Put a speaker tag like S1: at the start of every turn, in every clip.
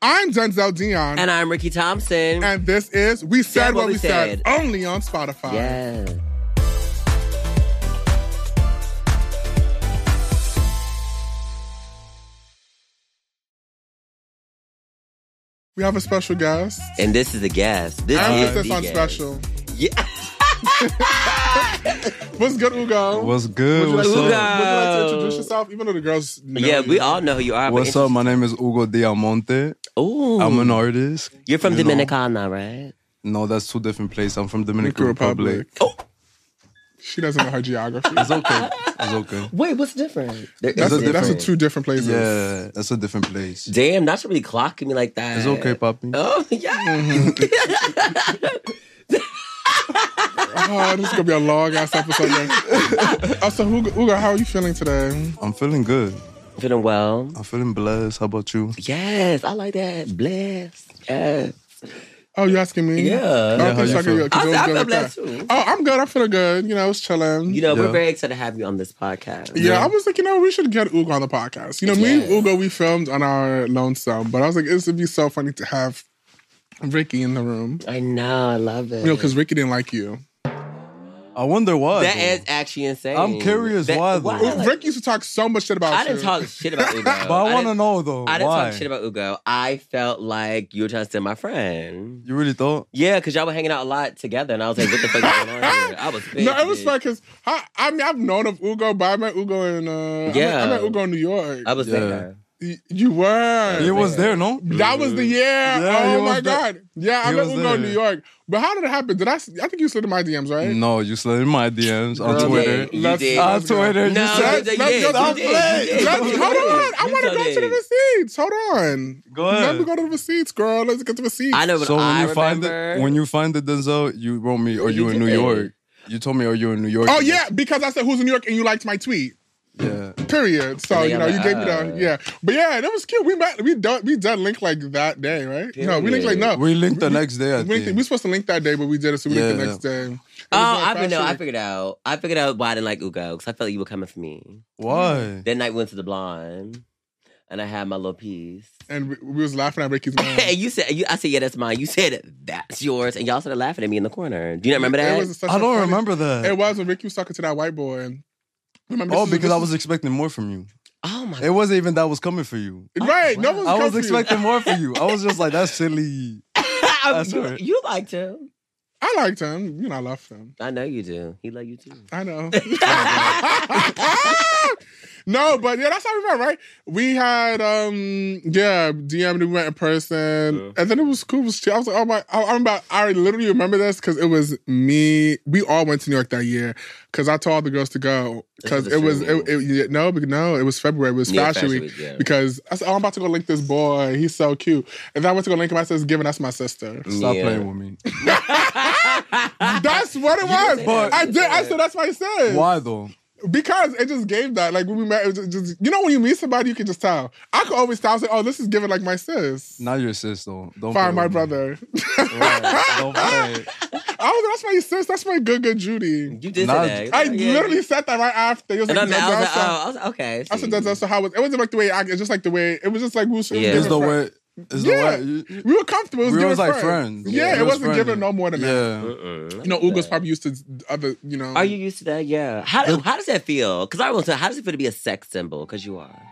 S1: I'm Denzel Dion.
S2: And I'm Ricky Thompson.
S1: And this is We Said What, We said. only on Spotify.
S2: yeah.
S1: We have a special guest.
S2: And this is the guest. This
S1: I
S2: is
S1: don't think that's
S2: the
S1: on
S2: guest.
S1: special.
S2: Yeah.
S1: What's good, Ugo?
S3: What's
S1: would
S3: good?
S1: you, like,
S3: What's
S1: would you
S2: Ugo?
S3: up?
S1: like to introduce yourself? Even though the girls know
S2: yeah,
S1: you.
S2: we all know who you are. but
S3: What's up? My name is Hugo Diamante.
S2: Ooh.
S3: I'm an artist.
S2: You're from
S3: you know.
S2: Dominicana, right?
S3: No, that's two different places. I'm from Dominican
S1: Dominican
S3: Republic.
S1: Republic.
S2: Oh.
S1: She doesn't know her geography.
S3: It's okay. It's okay.
S2: Wait, what's different? There
S1: That's,
S2: is
S3: It's a
S1: that's a
S2: different.
S1: two different places.
S3: Yeah, that's a different place.
S2: Damn, that's really clocking me like that.
S3: It's okay, papi.
S2: Oh, yeah.
S1: Mm-hmm. Oh, this is gonna be a long ass episode. yeah. oh, so Ugo, Ugo, how are you feeling today?
S3: I'm feeling good.
S2: Feeling well.
S3: I'm feeling blessed. How about you?
S2: Yes, I like that. Blessed. Yes.
S1: Oh, you asking me?
S2: Yeah.
S1: Oh,
S2: Yeah,
S3: how
S1: okay,
S3: you
S1: so I can-
S3: feel?
S1: 'cause it
S2: I
S1: was
S2: feel-
S1: good
S2: I feel
S1: like
S2: blessed
S1: that.
S2: too.
S1: Oh, I'm good. I'm feeling good. You know, it's chilling.
S2: You know,
S3: Yeah.
S2: we're very excited to have you on this podcast.
S1: yeah, I was like, you know, we should get Ugo on the podcast. You know, me and
S2: Yeah.
S1: Ugo, we filmed on our lonesome, but I was like, this would be so funny to have Ricky in the room.
S2: I know, I love it.
S1: You know, because Ricky didn't like you.
S3: I wonder why.
S2: that
S3: though.
S2: is actually insane.
S3: I'm curious why, though.
S2: I, like-
S1: Ricky used to talk so much shit about
S2: I
S1: you.
S2: didn't talk shit about Ugo.
S3: But I, want to
S2: didn't-
S3: know though.
S2: I didn't
S3: why?
S2: talk shit about Ugo. I felt like you were trying to steal my friend.
S3: You really thought?
S2: Yeah, because y'all were hanging out a lot together, and I was like, "What the fuck is going on here?" I was pissed.
S1: No, it was fun because I, I mean I've known of Ugo, but I met Ugo in uh, I, met, I
S2: Yeah. Uh,
S1: met Ugo in New York.
S2: I was
S3: Yeah.
S2: there.
S1: Y- you were.
S3: You was there, no?
S1: That was the year.
S3: Yeah,
S1: oh my
S3: he was there.
S1: god. Yeah, I
S3: He
S1: met
S3: was
S1: Ugo in
S3: there.
S1: New York. But how did it happen? Did I? s- I think you slid in my DMs, right?
S3: No, you slid in my DMs
S1: Girl,
S3: on Twitter.
S2: You
S1: let's-
S2: did.
S3: On
S1: let's go.
S3: Twitter, you
S2: No,
S3: said.
S2: Oh, you did.
S1: let's
S2: You
S1: go-
S2: did. You did.
S1: Let's, hold
S2: You
S1: on.
S2: did.
S1: I
S2: You
S1: want to
S2: so
S1: go to the
S2: did.
S1: receipts. Hold on.
S3: Go ahead.
S1: Let me go to the receipts, girl. Let's get the receipts.
S2: I know, but
S3: So when
S2: I
S3: you find
S2: remember.
S3: it, when you find the Denzel, you wrote me, "Are
S2: You
S3: you in New
S2: did.
S3: York?" You told me, "Are you in New York?"
S1: Oh yeah, because I said who's in New York and you liked my tweet.
S3: yeah.
S1: Period. So
S2: And they
S1: you
S2: got
S1: know
S2: like,
S1: you gave me
S2: uh,
S1: the yeah, but yeah, that was cute. We met. We done. We done link like that day, right? No, we linked like no.
S3: We linked the next day. I
S1: We, linked- Oh. we
S3: think.
S1: were supposed to link that day, but we did it. So we linked the
S3: Yeah.
S1: next day. It was
S2: oh,
S1: on
S2: I know. I
S1: Fashion Week.
S2: figured out. I figured out why I didn't like Ugo because I felt like you were coming for me.
S3: Why?
S2: That night we went to the blonde, and I had my little piece.
S1: and we, we was laughing at Ricky's mom.
S2: and you said, you, I said, yeah, that's mine. You said, that's yours. And y'all started laughing at me in the corner. Do you not remember that?
S1: It was such
S3: I
S1: a
S3: don't
S1: funny-
S3: remember that.
S1: It was when Ricky was talking to that white boy. And remember?
S3: oh,
S1: this
S3: because
S1: this
S3: I was expecting more from you.
S2: oh my
S3: It wasn't even that was coming for you.
S1: right. No
S2: wow.
S1: one's
S3: I was
S1: coming for you.
S3: expecting more for you. I was just like, "That's silly."
S2: God.
S3: That's
S2: you,
S3: right.
S2: you liked him.
S1: I liked him. You know, I loved him.
S2: I know you do. He loved you too.
S1: I know. no, but yeah, that's how we met, right? We had um yeah, DM we went in person. And then it was cool. It was chill. I was like, oh my I, I'm about I literally remember this because it was me. We all went to New York that year because I told all the girls to go. Because
S2: This
S1: it
S2: was
S1: was
S2: the
S1: it,
S2: same
S1: it, yeah, no, bec- no, it was February, it was
S2: Yeah,
S1: fashion
S2: Fashion
S1: week.
S2: Week, yeah.
S1: Because I said, Oh, I'm about to go link this boy. He's so cute. And then I went to go link him. I said, Given, that's my sister.
S3: Stop
S2: Yeah.
S3: playing with me.
S1: That's what it was.
S2: say
S3: that.
S1: I did. I said that's my sis.
S3: Why though?
S1: Because it just gave that. Like when we met, it was just you know when you meet somebody, you can just tell. I could always tell. I say, "Oh, this is giving like my sis."
S3: Not your sis though. Don't play
S1: Fire my
S3: with me.
S1: brother.
S3: Right. Don't play.
S1: oh, that's my sis. That's my good good Judy.
S2: You did
S3: Nah,
S2: say that.
S1: I
S2: Yeah.
S1: literally said that right after. It was
S2: And I,
S1: like,
S2: mean, I
S1: Denzel,
S2: was like,
S1: so-
S2: oh, I was okay. I
S1: I
S2: see.
S1: said that's so how it was. It wasn't like the way I. It's just like the way it was. Just like we was. it was
S2: Yeah.
S3: It's
S1: giving
S3: the
S1: friend-
S3: way. It's
S1: Yeah.
S3: the way. you- you-
S1: We were comfortable. It was
S3: we
S1: giving
S3: was like
S1: friend.
S3: friends.
S1: Yeah,
S3: We
S1: it
S3: was
S1: wasn't
S3: friendly.
S1: giving no more than that.
S3: Yeah.
S2: Mm-mm.
S1: You know, Uga's probably used to other. You know.
S2: Are you used to that? Yeah. How, how does that feel? Because I was how does it feel to be a sex symbol? Because you are.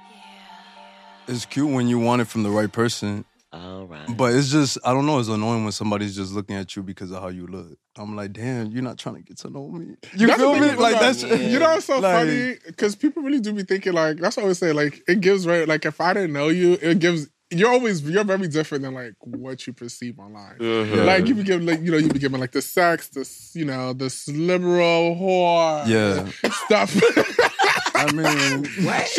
S3: It's cute when you want it from the right person.
S2: All right.
S3: But it's just I don't know. It's annoying when somebody's just looking at you because of how you look. I'm like, damn, you're not trying to get to know me. You
S1: That's the
S3: feel
S1: thing
S3: me?
S1: with
S3: Like
S1: Ugo.
S3: that's
S1: You know, it's so
S3: Like-
S1: funny because people really do be thinking like that's what I always say. Like it gives right. Like if I didn't know you, it gives. You're always you're very different than like what you perceive online.
S2: Mm-hmm.
S1: Like you be giving like you know you be giving like the sex, this you know this liberal whore,
S3: Yeah.
S1: stuff. she,
S3: I mean,
S2: What?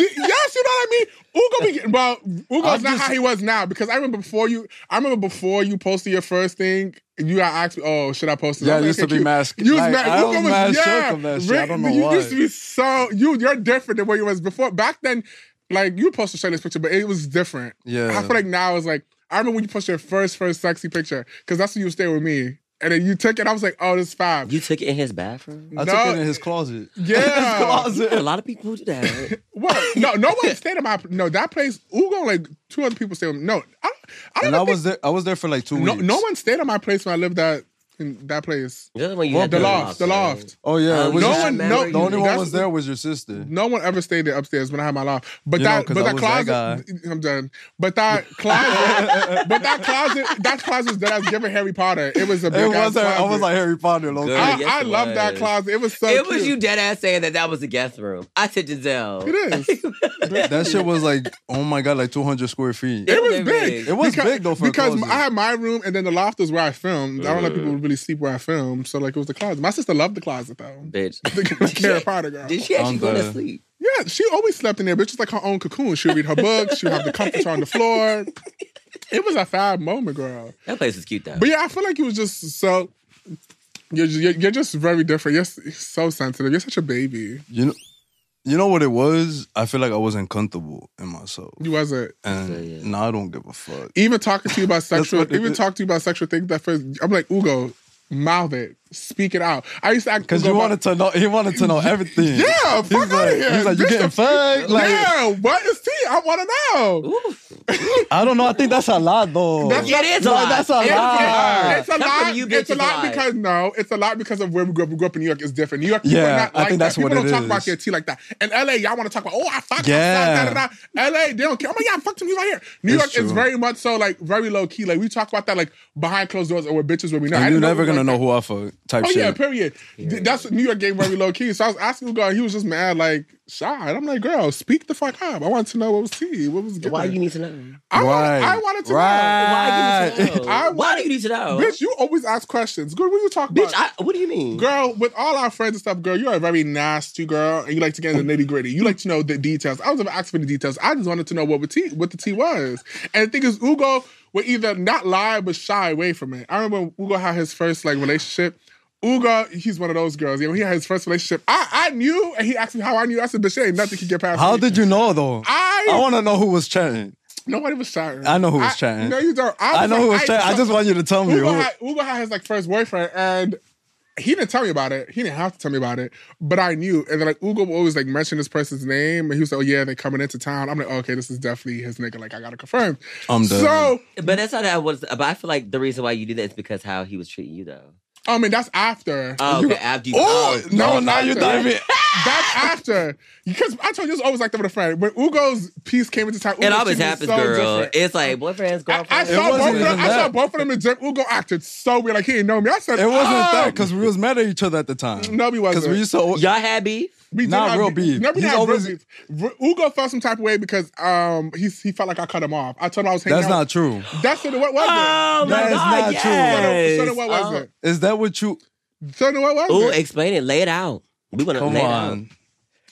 S1: yes, you know what I mean. Ugo be well. Ugo's
S3: I'm
S1: not
S3: just-
S1: how he was now because I remember before you. I remember before you posted your first thing. You had asked me, "Oh, should I post this?"
S3: yeah,
S1: I was
S3: it
S1: like,
S3: used to
S1: okay,
S3: be
S1: cute.
S3: mask.
S1: You was
S3: like,
S1: mad.
S3: I
S1: Ugo
S3: was
S1: was,
S3: mad
S1: yeah.
S3: shook of that shit. I
S1: Rick,
S3: don't know
S1: you
S3: why.
S1: used to be so you. You're different than what you was before. Back then, like you posted Shayla's picture, but it was different.
S3: yeah,
S1: I feel like now it's like I remember when you posted your first first sexy picture because that's when you stay with me. and then you took it. I was like, oh, this five.
S2: You took it in his bathroom?
S3: I
S1: No.
S3: took it in his closet.
S1: Yeah.
S3: his
S2: A
S3: closet.
S2: lot of people do that.
S1: What? No, no one stayed at my. No, that place. Ugo, like two other people stayed. With me. No, I, I don't.
S3: And I
S1: even
S3: was there. I was there for like two
S1: think, no,
S3: weeks.
S1: no one stayed at my place when I lived at in that place.
S2: The other one you
S3: Well,
S2: had
S1: The
S2: to
S1: loft, the
S2: right?
S1: loft.
S3: Oh yeah,
S2: Oh,
S3: it was
S1: no
S3: your-
S1: one- no-
S3: The only one
S1: that's-
S3: was there was your sister.
S1: No one ever stayed there upstairs when I had my loft. But
S3: You know,
S1: that,
S3: 'cause
S1: but
S3: I
S1: that
S3: was that
S1: closet, I'm done. But that closet, but that closet, that closet that I was given Harry Potter. It was a big.
S3: It was.
S1: ass
S3: Her, I was
S1: closet.
S3: like Harry Potter. low
S2: Good.
S3: key.
S1: I,
S2: Yes,
S1: I
S2: it
S1: love that
S2: was.
S1: closet. It was so.
S2: It was
S1: cute.
S2: you dead ass saying that that was a guest room. I said Giselle.
S1: It is. It Ah.
S3: That shit was like, oh my god, like 200 square feet.
S2: It
S1: was
S2: was
S1: big.
S2: big.
S3: It was
S1: Because-
S3: big though for a
S1: because
S3: closet. Uh.
S1: I had my room and then the loft is where I filmed. I don't let people really sleep where I filmed, so like it was the closet. My sister loved the closet though. The
S2: Bitch.
S1: Harry Potter girl.
S2: Did she actually
S3: I'm
S2: go to
S3: done.
S2: sleep?
S1: Yeah, she always slept in there, bitch. It's like her own cocoon. She would read her books. She would have the comforts on the floor. It was a fab moment, girl.
S2: That place was cute though.
S1: But yeah, I feel like it was just so. You're you're, you're just very different. You're s- so sensitive. You're such a baby.
S3: You know, you know what it was. I feel like I wasn't comfortable in myself,
S1: You wasn't
S3: and
S2: feel you.
S3: now I don't give a fuck.
S1: even talking to you about sexual.
S3: what it
S1: even
S3: is.
S1: talking to you about sexual things. That first, I'm like Ugo, mouth it, speak it out. I used to act
S3: Cause you wanted to know, he wanted to know everything.
S1: Yeah,
S3: he's
S1: fuck
S3: like,
S1: outta here.
S3: He's like,
S1: Bitch,
S3: you getting
S1: the-
S3: fucked? Like,
S1: yeah, what is tea? I want to know.
S2: Ooh.
S3: I don't know. I think that's a lot though.
S1: That's
S2: It is a
S3: No,
S2: lot.
S3: that's a
S2: It is
S3: lot.
S1: It's a
S2: Come
S1: lot.
S2: from you
S1: it's a
S2: bitches
S1: lot
S2: lie.
S1: because no, it's a lot because of where we grew up. We grew up in New York. It's different. New York, people
S3: Yeah,
S1: are not
S3: I
S1: like
S3: think
S1: that.
S3: that's
S1: people
S3: what
S1: don't
S3: it
S1: talk
S3: is.
S1: about their tea like that. In LA, y'all want to talk about oh I fucked.
S3: Yeah.
S1: Yeah. Da, da, da. LA, they don't care. Oh my god, I fucked some you right here. New
S3: It's
S1: York is
S3: true.
S1: very much so like very low key. Like we talk about that like behind closed doors or with bitches where we know. I
S3: and you're
S1: didn't
S3: never
S1: we were
S3: gonna
S1: like
S3: know
S1: that.
S3: who I fuck type
S1: Oh
S3: shit.
S1: yeah, period. Th- That's what New York gave very low key. So I was asking Ugo, and he was just mad, like shy. And I'm like, girl, speak the fuck up. I wanted to know what was tea, what was good.
S2: Why you need to know?
S1: I,
S3: Right.
S1: wanted, I wanted to know.
S3: Right.
S2: Why you need to know?
S1: I
S2: Uh, Why
S1: want-
S2: do you need to know?
S1: Bitch, you always ask questions. Girl, what you talking
S2: Bitch,
S1: about?
S2: I, what do you mean?
S1: girl, with all our friends and stuff, girl, you're a very nasty girl, and you like to get in the nitty gritty. You like to know the details. I was never asking for the details. I just wanted to know what the tea, what the tea was. And the thing is, Ugo would either not lie but shy away from it. I remember when Ugo had his first like relationship. Ugo, he's one of those girls. Yeah, when he had his first relationship, I, I knew, and he asked me how I knew. I said, "Bitch, there ain't nothing can get past."
S3: How
S1: me."
S3: did you know though?
S1: I?
S3: I want to know who was chatting.
S1: nobody was chatting.
S3: I know who was
S1: I-
S3: chatting.
S1: No, you don't. I,
S3: I know
S1: like,
S3: who was chatting. I
S1: so-
S3: just want you to tell me.
S1: Uber
S3: who-
S1: had, Uber had his like first boyfriend, and he didn't tell me about it. He didn't have to tell me about it, but I knew. And then like Ugo would always like mention this person's name, and he was like, "Oh yeah, they're coming into town." I'm like, oh, "Okay, this is definitely his nigga." Like I gotta confirm.
S3: I'm done.
S1: So
S2: But that's not that I was. But I feel like the reason why you did that is because how he was treating you though.
S1: I mean, that's after.
S3: Uh.
S2: Oh, okay. After you.
S3: Oh no!
S1: that's
S3: Now you're
S1: after.
S3: diving.
S1: that's after because I told you it was always like that with a friend. When Ugo's piece came into town,
S2: it
S1: Ugo's
S2: always
S1: shit was
S2: happens,
S1: so
S2: girl.
S1: different.
S2: It's like boyfriends,
S1: I, I
S2: girlfriends.
S1: saw both
S3: wasn't
S1: of them.
S3: even
S1: I saw
S3: that.
S1: both of them in gym. Ugo acted so weird, like he didn't know me. I said,
S3: It wasn't
S1: oh!
S3: that because we was mad at each other at the time.
S1: No, we wasn't.
S3: Because we used to.
S2: Y'all had beef.
S1: We did
S3: Not
S1: have
S3: real
S1: be-
S3: beef.
S1: No, we
S3: He's
S1: had
S3: always-
S1: real beef. R- Ugo felt some type of way because um he he felt like I cut him off. I told him I was hanging
S3: that's
S1: out.
S3: not true.
S1: That's what what was
S2: Oh
S1: it?
S2: my
S3: That is
S2: God,
S3: not true.
S2: yes.
S1: So then what was
S2: Oh.
S1: it?
S3: Is that what you?
S1: So then what was
S2: Ooh,
S1: it?
S2: explain it. Lay it out. We want to
S3: Come
S2: lay
S3: on.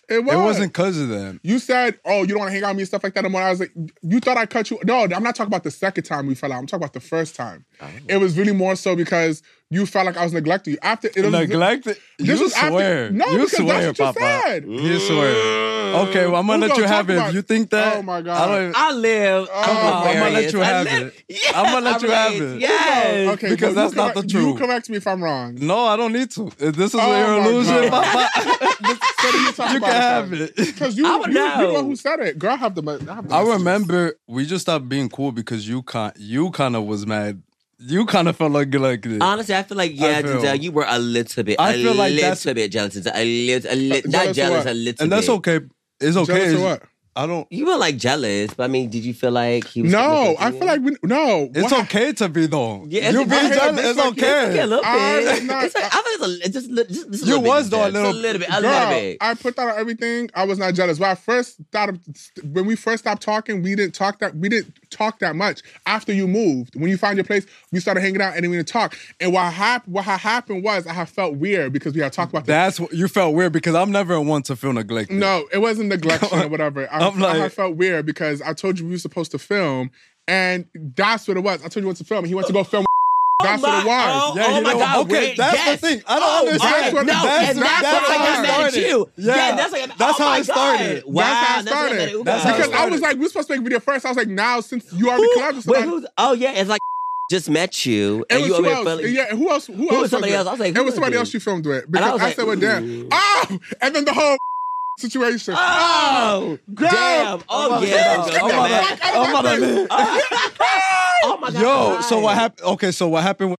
S1: It, was.
S3: It wasn't because of that.
S1: You said, "Oh, you don't want to hang out with me and stuff like that." And when I was like, "You thought I cut you?" No, I'm not talking about the second time we fell out. I'm talking about the first time.
S3: Oh.
S1: It was really more so because you felt like I was neglecting you. After it was,
S3: Neglect it.
S1: This
S3: you
S1: was after-
S3: swear.
S1: No,
S3: you
S1: because that's
S3: swear,
S1: what you
S3: Papa.
S1: said.
S3: You swear. Okay, well, I'm
S1: Who
S3: gonna let
S1: gonna
S3: you have
S1: talk
S3: it.
S1: about-
S3: If you think that,
S1: Oh, my God.
S3: I don't
S2: it
S3: even-
S2: out. I live.
S1: Oh,
S3: I'ma let
S2: hilarious.
S3: you
S2: I
S3: have
S2: live-
S3: it.
S2: Yes,
S3: I'ma let
S2: I
S3: you have
S2: relate.
S3: it.
S2: Yes.
S1: okay,
S3: Because
S1: you
S3: that's not
S1: correct-
S3: the
S1: You
S3: truth.
S1: correct me if I'm wrong.
S3: no, I don't need to. If This is
S1: Oh,
S3: your
S1: my God.
S3: illusion, Papa.
S1: So then you talk
S3: you
S1: about
S3: can have
S1: something.
S3: it.
S1: Cause you,
S2: I
S1: you,
S2: would
S1: you know
S2: know.
S1: who said it. Girl, I have the. I, have the
S3: I
S1: messages.
S3: remember we just stopped being cool because you kind you kind of was mad. You kind of felt like like this.
S2: Honestly, I feel like yeah,
S3: feel-
S2: Denzel, you were a little bit,
S3: I
S2: a
S3: feel like that's- Uh,
S2: little bit jealous. Denzel. A little, a li-
S1: Jealous
S2: not
S1: of
S2: jealous,
S1: what?
S2: a little.
S3: and that's
S2: bit.
S3: okay. It's okay.
S1: Jealous
S3: It's-
S1: or what?
S3: I don't.
S2: You were like jealous, but I mean, did you feel like he was?
S1: No, I feel like we, no.
S3: It's
S1: What-
S3: okay to be though.
S2: Yeah, it's
S3: you
S2: okay.
S3: being jealous, it's
S1: It's okay.
S3: okay. Ah,
S2: Yeah, a little bit.
S1: I was not-
S2: it's like, I feel like it's a, just, li- just, just a
S3: You
S2: little bit
S3: was, though, a
S2: jealous.
S3: little-
S2: Just a little bit, a
S1: Girl,
S2: little bit.
S1: I put that on everything. I was not jealous. When I first thought of, when we first stopped talking, we didn't talk that we didn't talk that much. After you moved, when you found your place, we started hanging out and then we didn't talk. And what hap- what had happened was I had felt weird because we had talked about that.
S3: That's what you felt weird because I'm never one to feel neglected.
S1: No, it wasn't neglection or whatever. I,
S3: I'm like-
S1: I had felt weird because I told you we were supposed to film, and that's what it was. I told you we went to film, and he went to go film. That's what it was.
S2: Oh,
S3: Yeah,
S2: oh
S3: you
S2: my
S3: know what?
S2: God.
S3: Okay,
S2: wait,
S3: that's the
S2: yes.
S3: thing. I don't
S2: oh,
S3: understand.
S2: Right. No,
S1: That's-
S2: and that's,
S1: that's
S2: how I
S1: how
S2: got
S1: it
S2: mad at
S3: started.
S2: you.
S3: Yeah.
S2: that's, like,
S3: That's
S2: oh
S3: how
S2: my
S3: it started.
S2: God. Wow,
S1: that's how it
S2: that's what
S1: started.
S2: got-
S3: That's how it
S1: because I
S3: started.
S1: was like, we were supposed to make a video first. I was like, now since you already
S2: Who-
S1: collabed with
S2: wait,
S1: somebody,
S2: who's- Oh yeah, it's like just met you
S1: It
S2: and
S1: was
S2: you
S1: who
S2: over here
S1: else?
S2: feeling.
S1: Yeah, who else? Who,
S2: Who
S1: else
S2: was somebody
S1: it?
S2: else? I was like,
S1: it
S2: who
S1: was somebody
S2: it?
S1: else you filmed with because I,
S2: was like,
S1: said, "Well, damn,
S2: ooh.
S1: oh!" And then the whole situation.
S2: Oh,
S1: Girl.
S2: damn! Oh
S3: my
S2: yeah,
S3: God.
S2: girl.
S1: Get the
S2: oh my
S1: fuck
S2: god!
S1: out of
S3: I'm
S1: my
S3: about
S1: face.
S3: to-
S2: Oh my god!
S3: Yo, so what happened? Okay, so what happened? With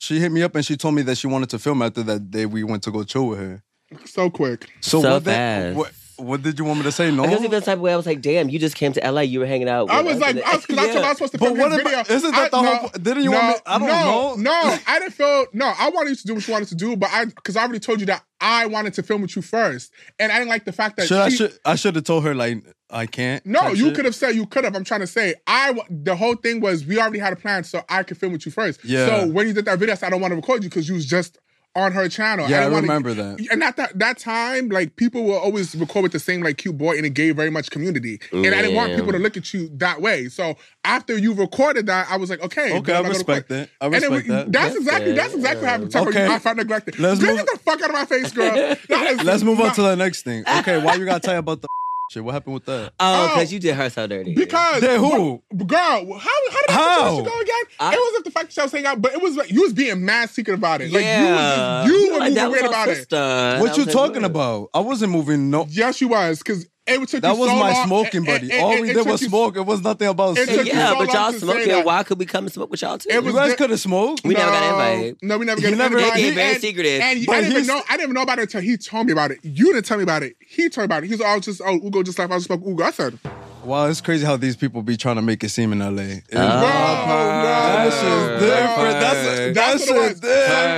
S3: she hit me up and she told me that she wanted to film after that day we went to go chill with her.
S1: So quick.
S3: So,
S2: So
S3: what, the-
S2: fast.
S3: what what did you want me to say? No.
S2: Because even the type of way I was like, damn, you just came to LA, you were hanging out. With
S1: I was
S2: us
S1: like,
S2: and-
S1: I was, 'cause I thought I was supposed to
S3: But
S1: film
S3: what
S1: this
S3: am
S1: video.
S3: I- isn't that
S1: I,
S3: the whole po- didn't you
S1: no,
S3: want me- I don't
S1: no,
S3: know.
S1: No, I didn't feel. No, I wanted you to do what you wanted to do, but I because I already told you that I wanted to film with you first, and I didn't like the fact that
S3: should I
S1: she-
S3: should I should have told her like I can't.
S1: No,
S3: type
S1: you
S3: shit?
S1: could have said you could have. I'm trying to say I. wa- The whole thing was we already had a plan, so I could film with you first.
S3: Yeah.
S1: So when you did that video, I said I don't want to record you because you was just on her channel.
S3: Yeah, I
S1: didn't wanna-
S3: remember that.
S1: And at that that time, like people will always record with the same like cute boy, and it gave very much community. And I didn't want
S2: Yeah.
S1: people to look at you that way. So after you recorded that, I was like, okay,
S3: Okay,
S1: then
S3: I
S1: I'm gonna
S3: respect
S1: record.
S3: that. I
S1: And then
S3: respect
S1: we-
S3: that.
S1: that's
S2: That's
S1: exactly
S2: it.
S1: that's exactly what happened.
S3: Okay.
S1: I felt neglected.
S3: Let's
S1: Bitch,
S3: move-
S1: get the fuck out of my face, girl. That is
S3: Let's move on
S1: not-
S3: to the next thing. Okay, why you gotta tell you about the shit? What happened with that?
S2: oh, because
S1: Oh.
S2: you did her so dirty.
S1: Because
S3: Then who?
S1: Girl, how how did that
S3: How?
S1: situation go again?
S2: I-
S1: it wasn't the fact that I was hanging out, but it was like you was being mad secret about it. Like
S2: yeah,
S1: you was you were
S2: like,
S1: moving
S2: that was
S1: weird
S2: our
S1: about it.
S2: sister. And I
S3: What you
S2: was like,
S3: talking
S2: what?
S3: about? I wasn't moving. No,
S1: Yes, you was because it took
S3: that
S1: you
S3: was
S1: so
S3: my
S1: long-
S3: smoking
S1: it-
S3: buddy.
S1: it-
S3: All
S1: it-
S3: we
S1: it
S3: did
S1: took
S3: was
S1: you-
S3: smoke. It was nothing about.
S1: It
S3: sex.
S1: took you
S2: Yeah,
S1: so
S2: but
S1: long
S2: y'all
S1: to say
S2: smoking.
S1: that.
S2: Why could we come and smoke with y'all too?
S1: It was
S3: you guys
S1: just-
S3: could have smoked.
S2: We never got
S1: No,
S2: invited.
S1: No, we never
S3: You
S1: got
S3: never-
S1: invited.
S3: They
S2: gave very
S1: and,
S2: secretive.
S1: And
S3: But
S1: I didn't even
S3: he's-
S1: know. I didn't even know about it until he told me about it. You didn't tell me about it. He told me about it. He was all just, oh, Ugo just left. I was like, Ugo. I said, bro,
S3: Wow, it's crazy how these people be trying to make it seem in LA. It's-
S2: Uh,
S1: no,
S3: that shit's
S1: no.
S3: different. That's
S1: That's
S3: that
S1: what it was. That's
S3: shit's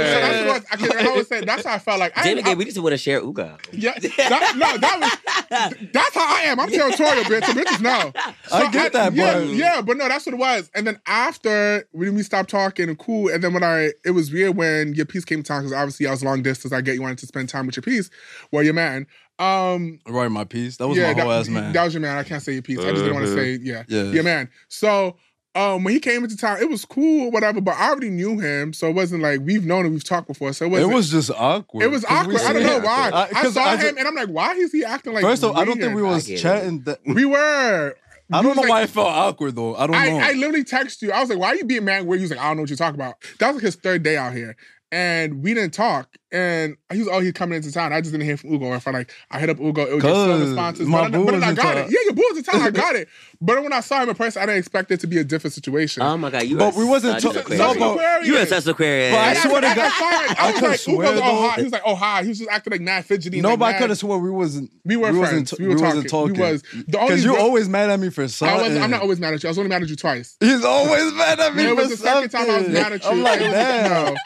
S3: different.
S1: what it was. I can I always say that's how I felt like. I,
S2: Then
S1: I-
S2: again, we just want to share Uga.
S1: Yeah, that, no, that was that's how I am. I'm territorial, bitch. So bitches know. So
S3: I get that,
S1: yeah,
S3: but-
S1: yeah, but no, that's what it was. And then after when we stopped talking and cool, and then when I it was weird when your piece came to town because obviously I was long distance. I get you wanted to spend time with your piece, well, your man. Um,
S3: Right, my piece. That was
S1: yeah,
S3: my whole
S1: that,
S3: ass man.
S1: that was your man. I can't say your piece. I just didn't want to
S3: Uh-huh.
S1: say yeah,
S3: Yeah.
S1: your man. So. Um, when he came into town, it was cool, whatever. But I already knew him, so it wasn't like we've known him, we've talked before. So it
S3: it
S1: wasn't
S3: was just awkward.
S1: it was
S3: 'Cause we
S1: awkward. I don't know
S3: said-
S1: why.
S3: I-
S1: I
S3: 'cause
S1: saw
S3: I
S1: him
S3: just-
S1: and I'm like, why is he acting like?
S3: First off, I don't think we
S1: were.
S3: was
S2: I get it.
S3: chatting. That,
S1: We were.
S3: I
S1: He
S3: don't
S1: was
S3: know
S1: like-
S3: why it felt awkward though. I don't know.
S1: I, I literally texted you. I was like, why are you being mad? Where you was like, I don't know what you're talking about. That was like his third day out here. And we didn't talk. And he was, oh, he's coming into town. I just didn't hear from Ugo. If I like, I hit up Ugo, it was just slow
S3: Cuz
S1: responses.
S3: my
S1: but, I, but
S3: boo
S1: then I
S3: was in
S1: got
S3: town.
S1: it. Yeah, your bull's in town. I got it. But when I saw him in person, I didn't expect it to be a different situation.
S3: Um,
S2: Oh my god, you.
S3: But
S2: are
S3: we wasn't
S2: such
S3: ta-
S2: an Aquarius.
S3: no, but-
S2: you are such an Aquarius.
S3: But I
S1: And I,
S3: swear to
S1: I- I
S3: God-
S1: saw it. I,
S3: I
S1: was
S3: could
S1: like,
S3: swear
S1: Ugo's, oh,
S3: though-
S1: hi. He was like, oh, hi. He was just acting like mad fidgety. and,
S3: no,
S1: like,
S3: but I
S1: mad-
S3: could have swore we wasn't.
S1: We were
S3: wasn't
S1: friends. We were
S3: wasn't
S1: talking.
S3: talking.
S1: We was- the only
S3: because you
S1: real-
S3: always mad at me for
S1: I
S3: something.
S1: was, I'm not always mad at you. I was only mad at you twice.
S3: He's always mad at me
S1: And it
S3: for
S1: was the second time I was
S3: something.
S1: mad at you.
S3: I'm like,
S1: It was-
S3: damn.
S1: no.